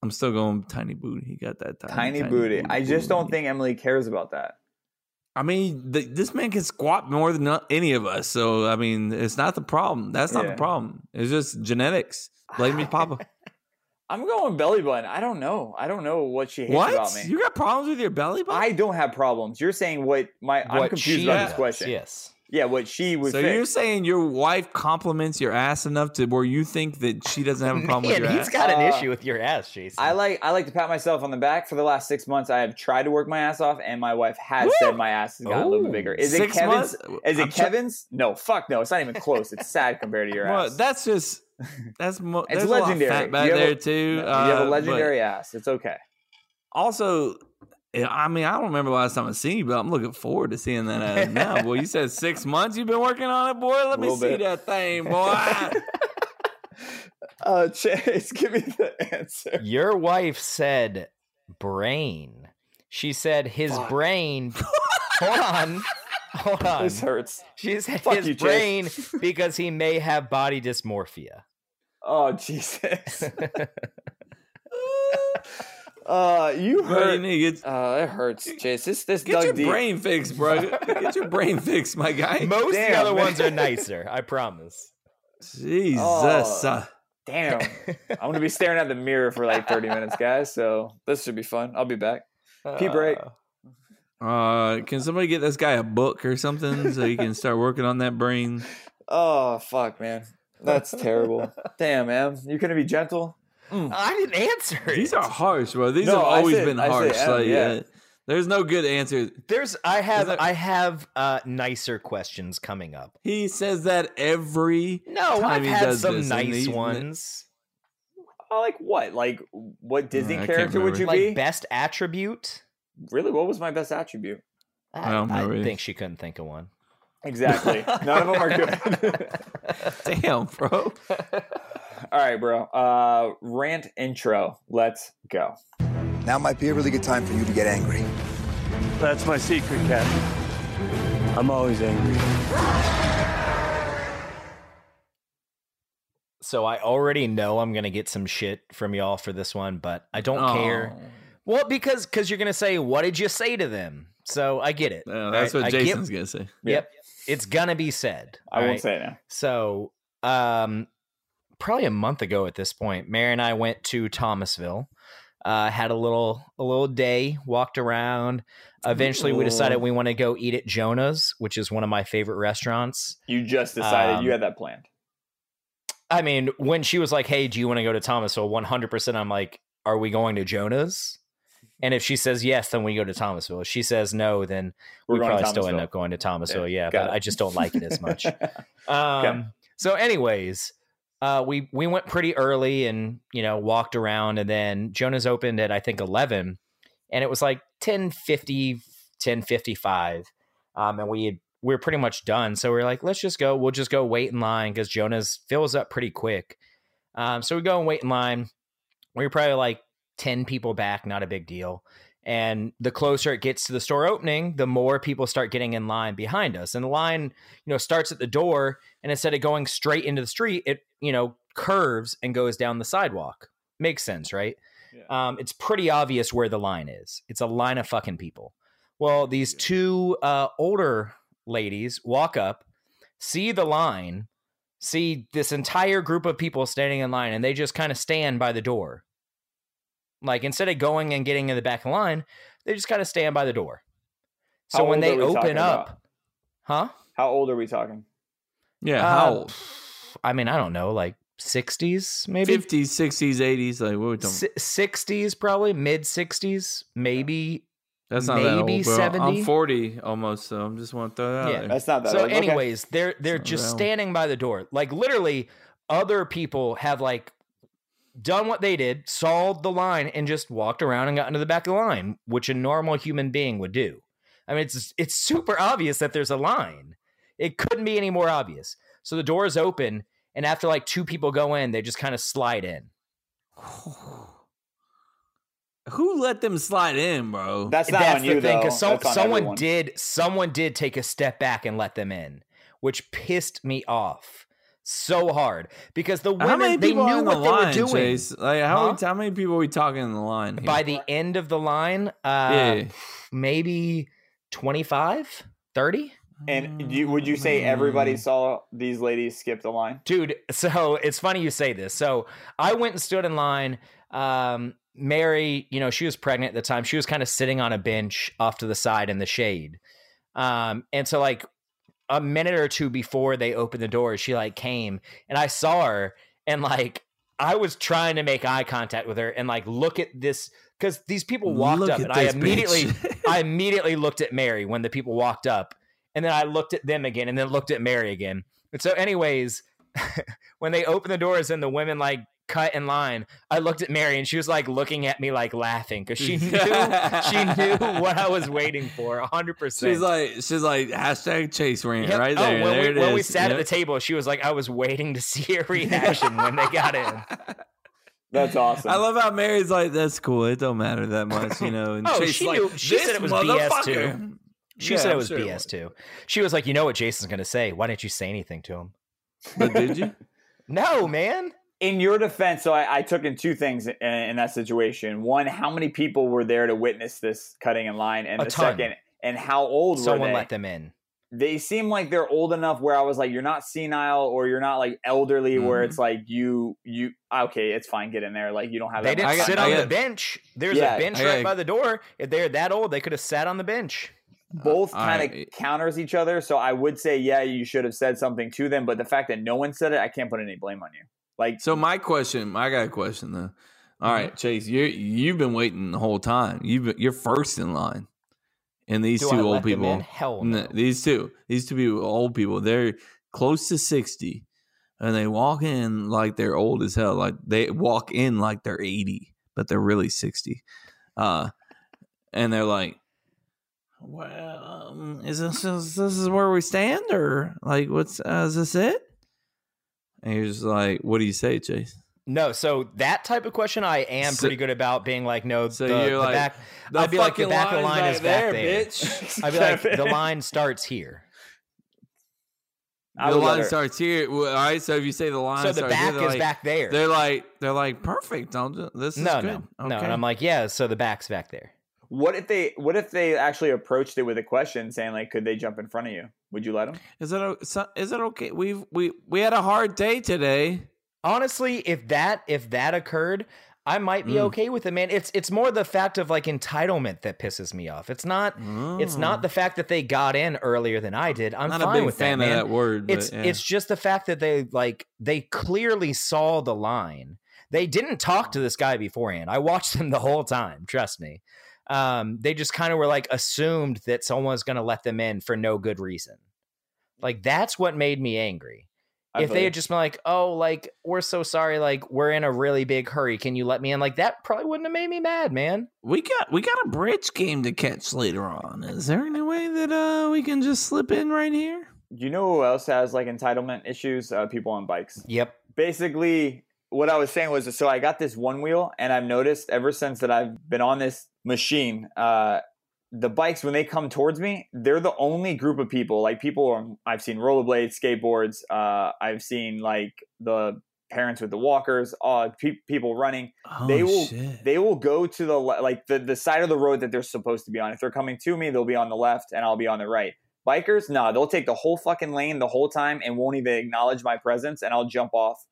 [SPEAKER 2] I'm still going tiny booty. He got that tiny,
[SPEAKER 1] Tiny, booty. I just don't
[SPEAKER 2] booty.
[SPEAKER 1] think Emily cares about that.
[SPEAKER 2] I mean, th- this man can squat more than not- any of us. So I mean, it's not the problem. That's not
[SPEAKER 1] Yeah.
[SPEAKER 2] the problem. It's just genetics.
[SPEAKER 1] <laughs>
[SPEAKER 2] Blame me, Papa.
[SPEAKER 1] I'm going belly button. I don't know. I don't know what she hates about
[SPEAKER 2] what?
[SPEAKER 1] me.
[SPEAKER 2] You got problems with your belly button?
[SPEAKER 1] I don't have problems. You're saying what my I'm
[SPEAKER 3] What
[SPEAKER 1] confused
[SPEAKER 3] she
[SPEAKER 1] about this
[SPEAKER 3] does,
[SPEAKER 1] question.
[SPEAKER 3] Yes.
[SPEAKER 1] Yeah, what she would
[SPEAKER 2] so
[SPEAKER 1] fix.
[SPEAKER 2] you're saying your wife compliments your ass enough to where you think that she doesn't have a problem
[SPEAKER 3] <laughs>
[SPEAKER 2] with
[SPEAKER 3] Man,
[SPEAKER 2] your
[SPEAKER 3] he's
[SPEAKER 2] ass?
[SPEAKER 3] got an
[SPEAKER 1] Uh,
[SPEAKER 3] issue with your ass, Jason.
[SPEAKER 1] I like I like to pat myself on the back. For the last six months, I have tried to work my ass off, and my wife has said my ass has gotten a little bit
[SPEAKER 3] Ooh.
[SPEAKER 1] bigger. Is
[SPEAKER 2] Six
[SPEAKER 1] it Kevin's?
[SPEAKER 2] months?
[SPEAKER 1] Is it
[SPEAKER 2] I'm tr-
[SPEAKER 1] Kevin's? no, fuck no. It's not even close. It's sad compared to your
[SPEAKER 2] <laughs> Well,
[SPEAKER 1] ass. <laughs>
[SPEAKER 2] that's just that's mo-
[SPEAKER 1] It's
[SPEAKER 2] there's a lot of
[SPEAKER 1] legendary.
[SPEAKER 2] fat back
[SPEAKER 1] You have a-
[SPEAKER 2] there too.
[SPEAKER 1] No, you have
[SPEAKER 2] uh,
[SPEAKER 1] a
[SPEAKER 2] but
[SPEAKER 1] legendary ass. It's okay.
[SPEAKER 2] Also, I mean, I don't remember the last time I seen you, but I'm looking forward to seeing that ass now. boy,
[SPEAKER 1] <laughs>
[SPEAKER 2] you said six months you've been working on it, boy. Let me
[SPEAKER 1] Little
[SPEAKER 2] see
[SPEAKER 1] bit. <laughs>
[SPEAKER 2] that thing, boy.
[SPEAKER 1] Uh, <laughs> Chase, give me the answer.
[SPEAKER 3] Your wife said brain. She said his
[SPEAKER 1] Fuck. <laughs>
[SPEAKER 3] brain. hold on. Hold on.
[SPEAKER 1] This hurts.
[SPEAKER 3] She said
[SPEAKER 1] Fuck
[SPEAKER 3] his
[SPEAKER 1] you, Chase. <laughs>
[SPEAKER 3] brain because he may have body dysmorphia.
[SPEAKER 1] Oh
[SPEAKER 2] <laughs>
[SPEAKER 1] Jesus. <laughs> uh, you
[SPEAKER 2] Bro,
[SPEAKER 1] hurt.
[SPEAKER 2] you need to get,
[SPEAKER 1] uh, it hurts, Chase. This this
[SPEAKER 2] get
[SPEAKER 1] dug
[SPEAKER 2] your
[SPEAKER 1] deep.
[SPEAKER 2] brain fixed, bro. Get your brain fixed,
[SPEAKER 1] <laughs>
[SPEAKER 2] my guy.
[SPEAKER 3] Most of the
[SPEAKER 1] Damn,
[SPEAKER 3] other
[SPEAKER 1] man.
[SPEAKER 3] ones are nicer, I promise.
[SPEAKER 2] Jesus.
[SPEAKER 1] Oh. <laughs> Damn. I'm gonna be staring at the mirror for like 30 minutes, guys. So this should be fun. I'll be back. Pee break.
[SPEAKER 2] Uh, can somebody get this guy a book or something so he can start working on that brain?
[SPEAKER 1] Oh fuck, man. That's
[SPEAKER 2] <laughs>
[SPEAKER 1] terrible. Damn, man. You couldn't be gentle.
[SPEAKER 3] I didn't answer. it.
[SPEAKER 2] These are harsh, bro. These
[SPEAKER 1] No,
[SPEAKER 2] have
[SPEAKER 1] I
[SPEAKER 2] always
[SPEAKER 1] said-
[SPEAKER 2] been
[SPEAKER 1] I said
[SPEAKER 2] harsh.
[SPEAKER 1] M,
[SPEAKER 2] like,
[SPEAKER 1] yeah.
[SPEAKER 2] uh, there's no good answer.
[SPEAKER 3] There's I have
[SPEAKER 2] that-
[SPEAKER 3] I have uh nicer questions coming up.
[SPEAKER 2] He says that
[SPEAKER 3] <laughs>
[SPEAKER 2] every
[SPEAKER 3] No,
[SPEAKER 2] time
[SPEAKER 3] I've
[SPEAKER 2] he
[SPEAKER 3] had
[SPEAKER 2] does
[SPEAKER 3] some
[SPEAKER 2] this, and
[SPEAKER 3] nice
[SPEAKER 2] he-
[SPEAKER 3] ones.
[SPEAKER 1] Oh, like what? Like
[SPEAKER 3] Uh,
[SPEAKER 1] what Disney
[SPEAKER 2] I can't
[SPEAKER 1] character would
[SPEAKER 2] remember.
[SPEAKER 1] you
[SPEAKER 3] Like
[SPEAKER 1] be?
[SPEAKER 3] best attribute.
[SPEAKER 1] really? What was my best attribute?
[SPEAKER 2] I don't
[SPEAKER 3] I,
[SPEAKER 2] remember.
[SPEAKER 3] think she couldn't think
[SPEAKER 1] <laughs>
[SPEAKER 3] of one.
[SPEAKER 1] Exactly. None of them are good. <laughs>
[SPEAKER 2] Damn, bro.
[SPEAKER 1] All right, bro. Uh, rant intro. Let's go.
[SPEAKER 11] Now might be a really good time for you to get angry.
[SPEAKER 12] That's my secret, Captain. I'm always angry.
[SPEAKER 3] So I already know I'm gonna get some shit from y'all for this one, but I
[SPEAKER 2] Oh,
[SPEAKER 3] don't care. Well, because because you're gonna say, what did you say to them? So I get it.
[SPEAKER 2] Oh, that's
[SPEAKER 3] All
[SPEAKER 2] what
[SPEAKER 3] right, I get-
[SPEAKER 2] Jason's gonna say.
[SPEAKER 3] Yep, it's gonna be said.
[SPEAKER 1] I
[SPEAKER 3] all
[SPEAKER 1] won't
[SPEAKER 3] right?
[SPEAKER 1] say it now.
[SPEAKER 3] So, um, probably a month ago at this point, Mary and I went to Thomasville. Uh, had a little a little day, walked around. Eventually, we decided
[SPEAKER 1] Ooh.
[SPEAKER 3] we want to go eat at Jonah's, which is one of my favorite restaurants.
[SPEAKER 1] You just decided you had
[SPEAKER 3] Um,
[SPEAKER 1] that planned.
[SPEAKER 3] I mean, when she was like, "Hey, do you want to go to Thomasville?" One hundred percent, I'm like, "Are we going to Jonah's?" And if she says yes, then we go to Thomasville. If she says no, then
[SPEAKER 1] We're
[SPEAKER 3] we
[SPEAKER 1] going to
[SPEAKER 3] probably still end
[SPEAKER 1] Thomasville.
[SPEAKER 3] up going to Thomasville. Yeah,
[SPEAKER 1] got
[SPEAKER 3] but
[SPEAKER 1] it.
[SPEAKER 3] I just don't like
[SPEAKER 1] <laughs>
[SPEAKER 3] it as much. Um, So, anyways, uh, we we went pretty early and you know walked around, and then Jonah's opened at I think eleven, and it was like 1050, 1055. um, and we had, we were pretty much done. So we are like, let's just go. We'll just go wait in line because Jonah's fills up pretty quick. Um, so we go and wait in line. We were probably like ten people back, not a big deal. And the closer it gets to the store opening, the more people start getting in line behind us. And the line, you know, starts at the door and instead of going straight into the street it you know curves and goes down the sidewalk makes sense right um, it's pretty obvious where the line is it's a line of fucking people well these two uh, older ladies walk up see the line see this entire group of people standing in line and they just kind of stand by the door like instead of going and getting in the back of the line they just kind of stand by the door so
[SPEAKER 1] How
[SPEAKER 3] when
[SPEAKER 1] old
[SPEAKER 3] they
[SPEAKER 1] are we talking
[SPEAKER 3] open
[SPEAKER 1] about?
[SPEAKER 3] up huh
[SPEAKER 1] How old are we talking?
[SPEAKER 2] Yeah,
[SPEAKER 3] uh,
[SPEAKER 2] how old?
[SPEAKER 3] I mean, I don't know, like 60s, maybe?
[SPEAKER 2] Fifties, sixties, eighties. Like what we talking?
[SPEAKER 3] Si- 60s, probably mid 60s, maybe.
[SPEAKER 2] That's not
[SPEAKER 3] maybe
[SPEAKER 2] that old, bro.
[SPEAKER 3] 70?
[SPEAKER 2] I'm forty almost, so I'm just want to throw that
[SPEAKER 3] Yeah.
[SPEAKER 2] out there.
[SPEAKER 1] That's not that.
[SPEAKER 3] Uh, So,
[SPEAKER 1] old. Okay.
[SPEAKER 3] anyways, they're they're
[SPEAKER 2] Not
[SPEAKER 3] just
[SPEAKER 2] that one.
[SPEAKER 3] standing by the door. Like literally, other people have like done what they did, solved the line, and just walked around and got into the back of the line, which a normal human being would do. I mean, it's it's super obvious that there's a line. It couldn't be any more obvious. So the door is open, and after like two people go in, they just kind of slide in.
[SPEAKER 2] <sighs> Who let them slide in, bro?
[SPEAKER 1] That's not
[SPEAKER 3] that's
[SPEAKER 1] on you
[SPEAKER 3] the thing
[SPEAKER 1] though.
[SPEAKER 3] because so,
[SPEAKER 1] That's on
[SPEAKER 3] someone
[SPEAKER 1] everyone.
[SPEAKER 3] did someone did take a step back and let them in which pissed me off so hard because the women they knew what the they line, were doing.
[SPEAKER 2] Chase? Like how, huh? how many people are we talking in the line? Here?
[SPEAKER 3] By the end of the line, uh, yeah. maybe 25, 30.
[SPEAKER 1] And you, would you say
[SPEAKER 3] Mm.
[SPEAKER 1] everybody saw these ladies skip the line?
[SPEAKER 3] Dude, so it's funny you say this. So I went and stood in line. Um, Mary, you know, she was pregnant at the time. She was kind of sitting on a bench off to the side in the shade. Um, and so like a minute or two before they opened the door, she like came and I saw her and like I was trying to make eye contact with her and like look at this because these people walked look up and I immediately <laughs> uh, I immediately looked at Mary when the people walked up and then I looked at them again and then looked at Mary again. And so anyways, <laughs> when they opened the doors and the women like cut in line, I looked at Mary and she was like looking at me like laughing because she knew she
[SPEAKER 2] <laughs>
[SPEAKER 3] knew what I was waiting for. hundred percent.
[SPEAKER 2] She's like she's like hashtag Chase rant yep. right there.
[SPEAKER 3] Oh, when,
[SPEAKER 2] there
[SPEAKER 3] we, when we, sat yep. at the table, she was like, I was waiting to see her reaction when they got in.
[SPEAKER 1] That's awesome.
[SPEAKER 3] <laughs>
[SPEAKER 2] I love how Mary's like, that's cool. It don't matter that much, you know.
[SPEAKER 3] And oh, Chase she like, knew. She said it was BS too. She yeah, said it was sure BS it was. too. She was like, you know what Jason's gonna say. Why didn't you say anything to him?
[SPEAKER 2] But did
[SPEAKER 3] <laughs>
[SPEAKER 2] you?
[SPEAKER 3] no, man
[SPEAKER 1] in your defense, so I, I took in two things in, in, that situation. One, how many people were there to witness this cutting in line, and
[SPEAKER 3] a
[SPEAKER 1] the ton. second, and how old
[SPEAKER 3] someone
[SPEAKER 1] they?
[SPEAKER 3] let them in.
[SPEAKER 1] They seem like they're old enough where I was like, you're not senile or you're not like elderly, mm-hmm. where it's like you you okay, it's fine, get in there. Like you don't have.
[SPEAKER 3] They
[SPEAKER 1] that
[SPEAKER 3] didn't sit got, on got, the bench. There's yeah, a bench got, right by the door. If they're that old, they could have sat on the bench
[SPEAKER 1] both kind of uh, counters each other. So I would say, yeah, you should have said something to them, but the fact that no one said it, I can't put any blame on you. Like,
[SPEAKER 2] so my question, I got a question though. All mm-hmm. right, Chase, you you've been waiting the whole time. You've been, you're first in line, and these
[SPEAKER 3] Do
[SPEAKER 2] two
[SPEAKER 3] I
[SPEAKER 2] old people,
[SPEAKER 3] hell, no. No,
[SPEAKER 2] these two, these two people, old people, they're close to sixty, and they walk in like they're old as hell. Like they walk in like they're eighty, but they're really sixty. Uh, and they're like, well, um, is this is this is where we stand, or like what's uh, is this it? And you're just like, what do you say, Chase?
[SPEAKER 3] No, so that type of question I am so, pretty good about being like, no,
[SPEAKER 2] so
[SPEAKER 3] the,
[SPEAKER 2] you're
[SPEAKER 3] the
[SPEAKER 2] like,
[SPEAKER 3] back,
[SPEAKER 2] the
[SPEAKER 3] I'd be like, the back
[SPEAKER 2] line,
[SPEAKER 3] line
[SPEAKER 2] right
[SPEAKER 3] is
[SPEAKER 2] there,
[SPEAKER 3] back there, <laughs>
[SPEAKER 2] bitch.
[SPEAKER 3] I'd be like, the
[SPEAKER 2] <laughs>
[SPEAKER 3] line starts here.
[SPEAKER 2] I the line starts here. All right, so if you say the line,
[SPEAKER 3] so the
[SPEAKER 2] starts
[SPEAKER 3] back
[SPEAKER 2] here,
[SPEAKER 3] is
[SPEAKER 2] like,
[SPEAKER 3] back there.
[SPEAKER 2] They're like, they're like, perfect. I'll just, this is
[SPEAKER 3] no,
[SPEAKER 2] good.
[SPEAKER 3] no,
[SPEAKER 2] okay.
[SPEAKER 3] no. And I'm like, yeah. So the back's back there.
[SPEAKER 1] What if they? What if they actually approached it with a question, saying like, "Could they jump in front of you? Would you let them?"
[SPEAKER 2] Is that is that okay? We've we we had a hard day today.
[SPEAKER 3] Honestly, if that if that occurred, I might be mm. okay with it, man. It's it's more the fact of like entitlement that pisses me off. It's not oh. it's not the fact that they got in earlier than I did. I'm
[SPEAKER 2] Mm. not
[SPEAKER 3] fine
[SPEAKER 2] a big
[SPEAKER 3] with
[SPEAKER 2] fan
[SPEAKER 3] that,
[SPEAKER 2] of
[SPEAKER 3] man.
[SPEAKER 2] that word.
[SPEAKER 3] It's
[SPEAKER 2] but, yeah.
[SPEAKER 3] it's just the fact that they like they clearly saw the line. They didn't talk to this guy beforehand. I watched them the whole time. Trust me um, they just kind of were like assumed that someone's going to let them in for no good reason. Like that's what made me angry. I if they had just been like, "Oh, like we're so sorry, like we're in a really big hurry, can you let me in?" Like that probably wouldn't have made me mad, man.
[SPEAKER 2] We got we got a bridge game to catch later on. Is there any way that uh we can just slip in right here?
[SPEAKER 1] You know who else has like entitlement issues? Uh, people on bikes.
[SPEAKER 3] Yep.
[SPEAKER 1] Basically, what I was saying was, so I got this one wheel, and I've noticed ever since that I've been on this machine. Uh, the bikes when they come towards me, they're the only group of people. Like people, are, I've seen rollerblades, skateboards. Uh, I've seen like the parents with the walkers, uh, pe- people running.
[SPEAKER 2] Oh,
[SPEAKER 1] they will
[SPEAKER 2] shit.
[SPEAKER 1] they will go to the le- like the the side of the road that they're supposed to be on. If they're coming to me, they'll be on the left, and I'll be on the right. Bikers, nah, they'll take the whole fucking lane the whole time and won't even acknowledge my presence, and I'll jump off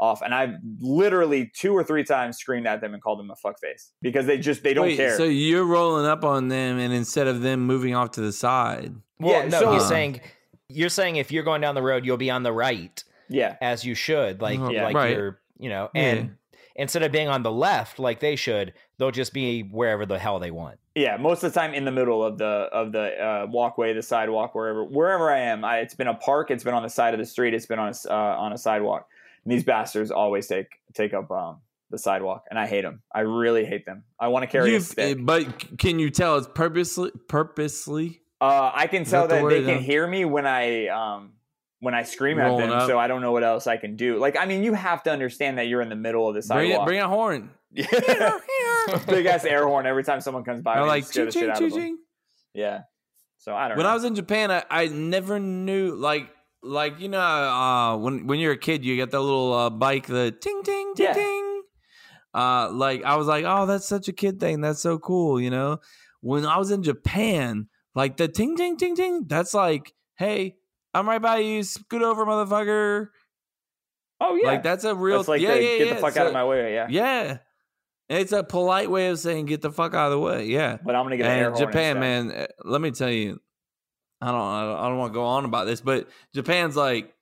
[SPEAKER 1] off. And I've literally two or three times screamed at them and called them a fuckface because they just they don't
[SPEAKER 2] Wait,
[SPEAKER 1] care.
[SPEAKER 2] So you're rolling up on them, and instead of them moving off to the side,
[SPEAKER 3] well, yeah, no, so, you're uh, saying you're saying if you're going down the road, you'll be on the right,
[SPEAKER 1] yeah,
[SPEAKER 3] as you should, like
[SPEAKER 1] yeah,
[SPEAKER 3] like
[SPEAKER 2] Uh-huh. right.
[SPEAKER 3] you're you know, and
[SPEAKER 2] yeah.
[SPEAKER 3] instead of being on the left like they should, they'll just be wherever the hell they want.
[SPEAKER 1] Yeah, most of the time in the middle of the of the uh, walkway, the sidewalk, wherever wherever I am, I, it's been a park, it's been on the side of the street, it's been on a, uh, on a sidewalk. And these bastards always take take up um, the sidewalk, and I hate them. I really hate them. I want to carry You've, a stick.
[SPEAKER 2] eh, But can you tell it's purposely? Purposely,
[SPEAKER 1] uh, I can
[SPEAKER 2] Is
[SPEAKER 1] tell
[SPEAKER 2] that
[SPEAKER 1] that,
[SPEAKER 2] the
[SPEAKER 1] they
[SPEAKER 2] word,
[SPEAKER 1] can
[SPEAKER 2] though?
[SPEAKER 1] hear me when I um, when I scream
[SPEAKER 2] Rolling
[SPEAKER 1] at them.
[SPEAKER 2] up.
[SPEAKER 1] So I don't know what else I can do. Like, I mean, you have to understand that you're in the middle of the
[SPEAKER 2] bring it,
[SPEAKER 1] sidewalk. <laughs>
[SPEAKER 2] bring a horn. <laughs>
[SPEAKER 1] Big ass air horn every time someone comes by.
[SPEAKER 2] Or
[SPEAKER 1] and
[SPEAKER 2] like
[SPEAKER 1] scare
[SPEAKER 2] ching
[SPEAKER 1] the shit
[SPEAKER 2] ching
[SPEAKER 1] out
[SPEAKER 2] ching
[SPEAKER 1] of them.
[SPEAKER 2] ching.
[SPEAKER 1] Yeah. So I don't
[SPEAKER 2] When
[SPEAKER 1] know.
[SPEAKER 2] I was in Japan, I, I never knew like like you know uh, when when you're a kid you get that little uh, bike the ting ting ting
[SPEAKER 1] Yeah.
[SPEAKER 2] ting. Uh, like I was like, oh, that's such a kid thing. That's so cool, you know. When I was in Japan, like the ting ting ting ting, that's like, hey, I'm right by you, scoot over, motherfucker.
[SPEAKER 1] Oh yeah,
[SPEAKER 2] Like that's a real,
[SPEAKER 1] That's like
[SPEAKER 2] yeah,
[SPEAKER 1] the,
[SPEAKER 2] yeah,
[SPEAKER 1] get
[SPEAKER 2] yeah.
[SPEAKER 1] the fuck
[SPEAKER 2] So-
[SPEAKER 1] out of my way. Yeah,
[SPEAKER 2] Yeah, it's a polite way of saying get the fuck out of the way. Yeah,
[SPEAKER 1] but I'm gonna get an air
[SPEAKER 2] and
[SPEAKER 1] horn
[SPEAKER 2] Japan,
[SPEAKER 1] instead.
[SPEAKER 2] man. eh, Let me tell you, I don't, I don't- I don't want to go on about this, but Japan's like,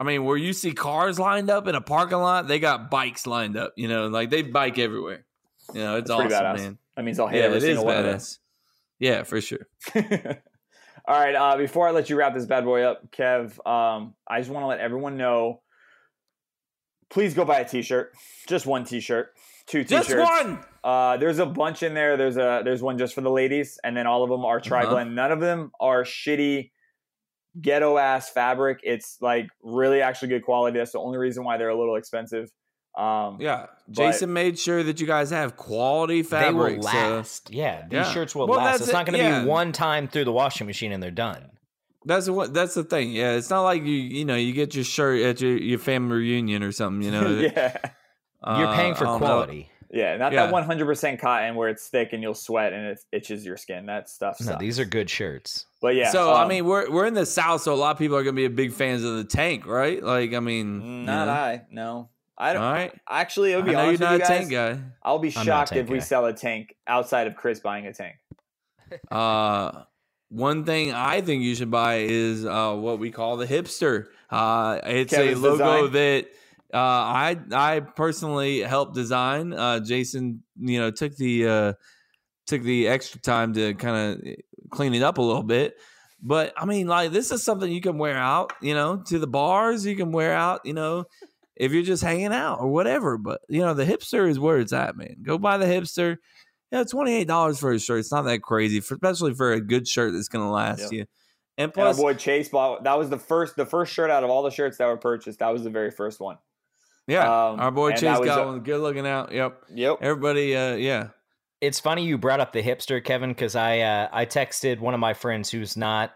[SPEAKER 2] I mean, where you see cars lined up in a parking lot, they got bikes lined up. You know, like they bike everywhere. You know, it's
[SPEAKER 1] That's pretty
[SPEAKER 2] awesome,
[SPEAKER 1] badass.
[SPEAKER 2] man.
[SPEAKER 1] That means I'll hit
[SPEAKER 2] Yeah,
[SPEAKER 1] every
[SPEAKER 2] it is
[SPEAKER 1] single one of them.
[SPEAKER 2] badass. Yeah, for sure.
[SPEAKER 1] <laughs> All right. Uh, before I let you wrap this bad boy up, Kev, um, I just want to let everyone know. Please go buy a T-shirt. Just one T-shirt. Two T-shirts.
[SPEAKER 2] Just one.
[SPEAKER 1] Uh, there's a bunch in there. There's a there's one just for the ladies, and then all of them
[SPEAKER 2] Uh-huh.
[SPEAKER 1] are tri blend. None of them are shitty, ghetto ass fabric. It's like really actually good quality. That's the only reason why they're a little expensive. Um,
[SPEAKER 2] Yeah,
[SPEAKER 1] But-
[SPEAKER 2] Jason made sure that you guys have quality
[SPEAKER 3] They
[SPEAKER 2] fabric.
[SPEAKER 3] will
[SPEAKER 2] so-
[SPEAKER 3] last. yeah, these
[SPEAKER 2] Yeah.
[SPEAKER 3] shirts will
[SPEAKER 2] Well,
[SPEAKER 3] last.
[SPEAKER 2] that's
[SPEAKER 3] It's
[SPEAKER 2] it,
[SPEAKER 3] not going to
[SPEAKER 2] yeah.
[SPEAKER 3] be one time through the washing machine and they're done.
[SPEAKER 2] That's what. That's the thing. Yeah, it's not like you. You know, you get your shirt at your, your family reunion or something. You know,
[SPEAKER 1] <laughs> yeah,
[SPEAKER 3] You're
[SPEAKER 2] Uh,
[SPEAKER 3] paying for
[SPEAKER 2] I don't know.
[SPEAKER 3] quality.
[SPEAKER 1] yeah, not
[SPEAKER 2] Yeah.
[SPEAKER 1] that 100% cotton where it's thick and you'll sweat and it itches your skin. That stuff
[SPEAKER 3] No,
[SPEAKER 1] sucks.
[SPEAKER 3] these are good shirts.
[SPEAKER 1] but yeah.
[SPEAKER 2] So I
[SPEAKER 1] um,
[SPEAKER 2] mean, we're we're in the south, so a lot of people are gonna be big fans of the tank, right? Like, I mean,
[SPEAKER 1] Mm, Not
[SPEAKER 2] you know.
[SPEAKER 1] I. No, I don't.
[SPEAKER 2] All right,
[SPEAKER 1] Actually, it
[SPEAKER 2] I
[SPEAKER 1] would be
[SPEAKER 2] know you're
[SPEAKER 1] honest
[SPEAKER 2] not a
[SPEAKER 1] with you guys.
[SPEAKER 2] tank guy.
[SPEAKER 1] I'll be
[SPEAKER 3] not a
[SPEAKER 1] shocked
[SPEAKER 3] tank
[SPEAKER 1] if we
[SPEAKER 3] guy.
[SPEAKER 1] sell a tank outside of Chris buying a tank.
[SPEAKER 2] Uh, one thing I think you should buy is uh, what we call the hipster. Uh, it's
[SPEAKER 1] Kevin's
[SPEAKER 2] a logo
[SPEAKER 1] design.
[SPEAKER 2] that uh, I I personally helped design. Uh, Jason, you know, took the uh, took the extra time to kind of clean it up a little bit. But I mean, like this is something you can wear out, you know, to the bars. You can wear out, you know, if you're just hanging out or whatever. But you know, the hipster is where it's at, man. Go buy the hipster. Yeah, twenty eight dollars for a shirt. It's not that crazy, for, especially for a good shirt that's gonna last
[SPEAKER 1] Yep.
[SPEAKER 2] you.
[SPEAKER 1] And
[SPEAKER 2] And
[SPEAKER 1] our
[SPEAKER 2] plus,
[SPEAKER 1] boy Chase bought. That was the first, the first shirt out of all the shirts that were purchased. That was the very first one.
[SPEAKER 2] yeah,
[SPEAKER 1] um,
[SPEAKER 2] our boy
[SPEAKER 1] and
[SPEAKER 2] Chase
[SPEAKER 1] that was
[SPEAKER 2] got
[SPEAKER 1] a-
[SPEAKER 2] one good looking out. Yep,
[SPEAKER 1] Yep.
[SPEAKER 2] everybody. Uh, yeah,
[SPEAKER 3] it's funny you brought up the hipster kevin because i uh, i texted one of my friends who's not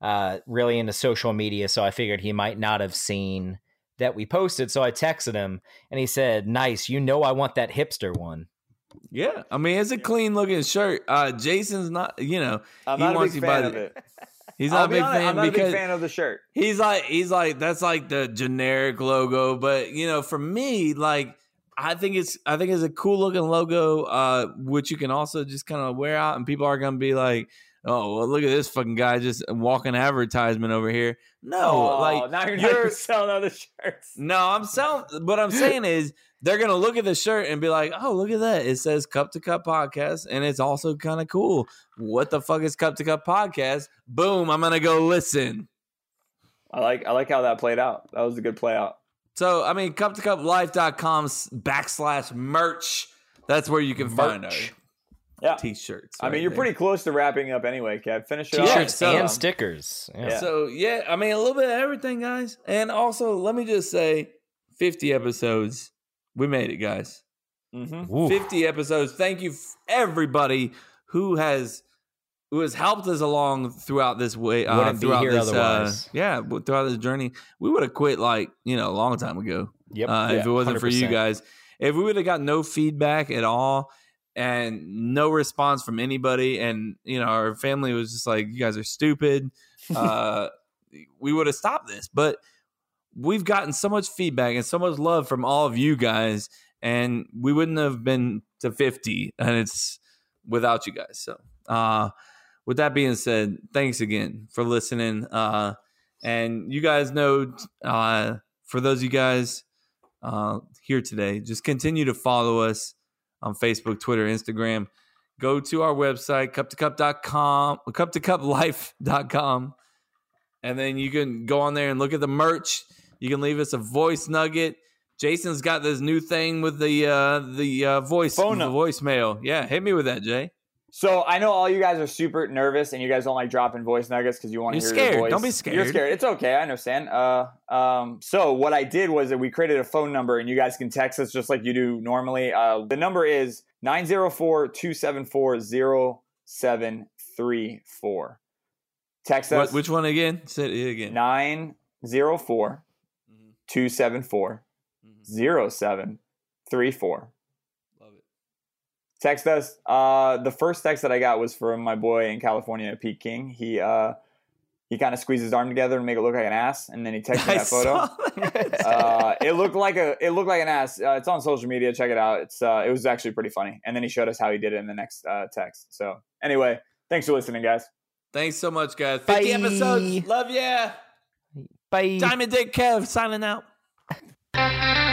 [SPEAKER 3] uh, really into social media so i figured he might not have seen that we posted so i texted him and he said nice you know i want that hipster one
[SPEAKER 2] yeah. I mean, it's a clean looking shirt. Uh, Jason's not, you know,
[SPEAKER 1] I'm
[SPEAKER 2] He
[SPEAKER 1] not a
[SPEAKER 2] wants
[SPEAKER 1] big
[SPEAKER 2] you by
[SPEAKER 1] fan of
[SPEAKER 2] the-
[SPEAKER 1] it.
[SPEAKER 2] he's
[SPEAKER 1] I'll
[SPEAKER 2] not a
[SPEAKER 1] be
[SPEAKER 2] big
[SPEAKER 1] honest, I'm
[SPEAKER 2] fan
[SPEAKER 1] not a big
[SPEAKER 2] because
[SPEAKER 1] fan of the shirt.
[SPEAKER 2] he's like he's like that's like the generic logo but you know for me like i think it's i think it's a cool looking logo uh which you can also just kind of wear out and people are gonna be like oh well look at this fucking guy just walking advertisement over here no
[SPEAKER 1] Oh,
[SPEAKER 2] like
[SPEAKER 1] now you're,
[SPEAKER 2] you're-
[SPEAKER 1] not <laughs> selling other shirts.
[SPEAKER 2] no i'm selling what i'm saying is they're gonna look at the shirt and be like oh look at that it says cup to cup podcast and it's also kind of cool what the fuck is cup to cup podcast boom i'm gonna go listen
[SPEAKER 1] I like, I like how that played out. That was a good play out.
[SPEAKER 2] So I mean, cup to cup life.com backslash merch. That's where you can find our
[SPEAKER 3] Merch.
[SPEAKER 1] Yeah.
[SPEAKER 2] t-shirts.
[SPEAKER 1] I mean,
[SPEAKER 2] right
[SPEAKER 1] you're
[SPEAKER 2] there.
[SPEAKER 1] pretty close to wrapping up anyway, Kev. Finish it off.
[SPEAKER 3] t-shirts
[SPEAKER 2] so, um,
[SPEAKER 3] and stickers yeah.
[SPEAKER 1] yeah.
[SPEAKER 2] So yeah, I mean, a little bit of everything, guys. And also, let me just say, 50 episodes. We made it, guys.
[SPEAKER 1] Mhm.
[SPEAKER 3] Woo.
[SPEAKER 2] 50 episodes. Thank you f- everybody who has who has helped us along throughout this way uh,
[SPEAKER 3] Wouldn't be
[SPEAKER 2] throughout
[SPEAKER 3] here
[SPEAKER 2] this uh,
[SPEAKER 3] otherwise.
[SPEAKER 2] yeah, w- throughout this journey. We would have quit like, you know, a long time ago.
[SPEAKER 3] yep
[SPEAKER 2] uh, if
[SPEAKER 1] Yeah,
[SPEAKER 2] it wasn't for you
[SPEAKER 3] 100%.
[SPEAKER 2] guys. If we would have got no feedback at all and no response from anybody, and you know our family was just like, "You guys are stupid," uh, we would have stopped this. But we've gotten so much feedback and so much love from all of you guys, and we wouldn't have been to fifty, and it's without you guys. So, uh, with that being said, thanks again for listening. Uh, and you guys know, uh, for those of you guys uh, here today, just continue to follow us on Facebook, Twitter, Instagram. Go to our website, cup2cup.com, cup2cuplife.com. And then you can go on there and look at the merch. You can leave us a voice nugget. Jason's got this new thing with the uh, the uh, voice
[SPEAKER 1] Phone
[SPEAKER 2] the
[SPEAKER 1] number.
[SPEAKER 2] voicemail. Yeah, hit me with that, Jay.
[SPEAKER 1] So I know all you guys are super nervous and you guys don't like dropping voice nuggets because you want to
[SPEAKER 2] You're
[SPEAKER 1] hear
[SPEAKER 2] scared.
[SPEAKER 1] your voice.
[SPEAKER 2] Don't be
[SPEAKER 1] You're
[SPEAKER 2] scared.
[SPEAKER 1] scared. It's okay. I understand. Uh, um, so what I did was that we created a phone number and you guys can text us just like you do normally. Uh, the number is 904-274-0734. Text us.
[SPEAKER 2] What, which one again? Say it again. Mm-hmm.
[SPEAKER 1] 904 274 0734.
[SPEAKER 2] Mm-hmm.
[SPEAKER 1] Love
[SPEAKER 2] <laughs>
[SPEAKER 1] it. Text us. Uh, the first text that I got was from my boy in California, Pete King. He uh, he kind of squeezed his arm together and make it look like an ass, and then he texted me that photo.
[SPEAKER 2] that.
[SPEAKER 1] Uh, it looked like a it looked like an ass. Uh, it's on social media. Check it out. It's uh, it was actually pretty funny. And then he showed us how he did it in the next uh, text. So anyway, thanks for listening, guys.
[SPEAKER 2] Thanks so much, guys. 50
[SPEAKER 3] Bye.
[SPEAKER 2] episodes. Love ya.
[SPEAKER 3] Bye.
[SPEAKER 2] Diamond Dick Kev signing out.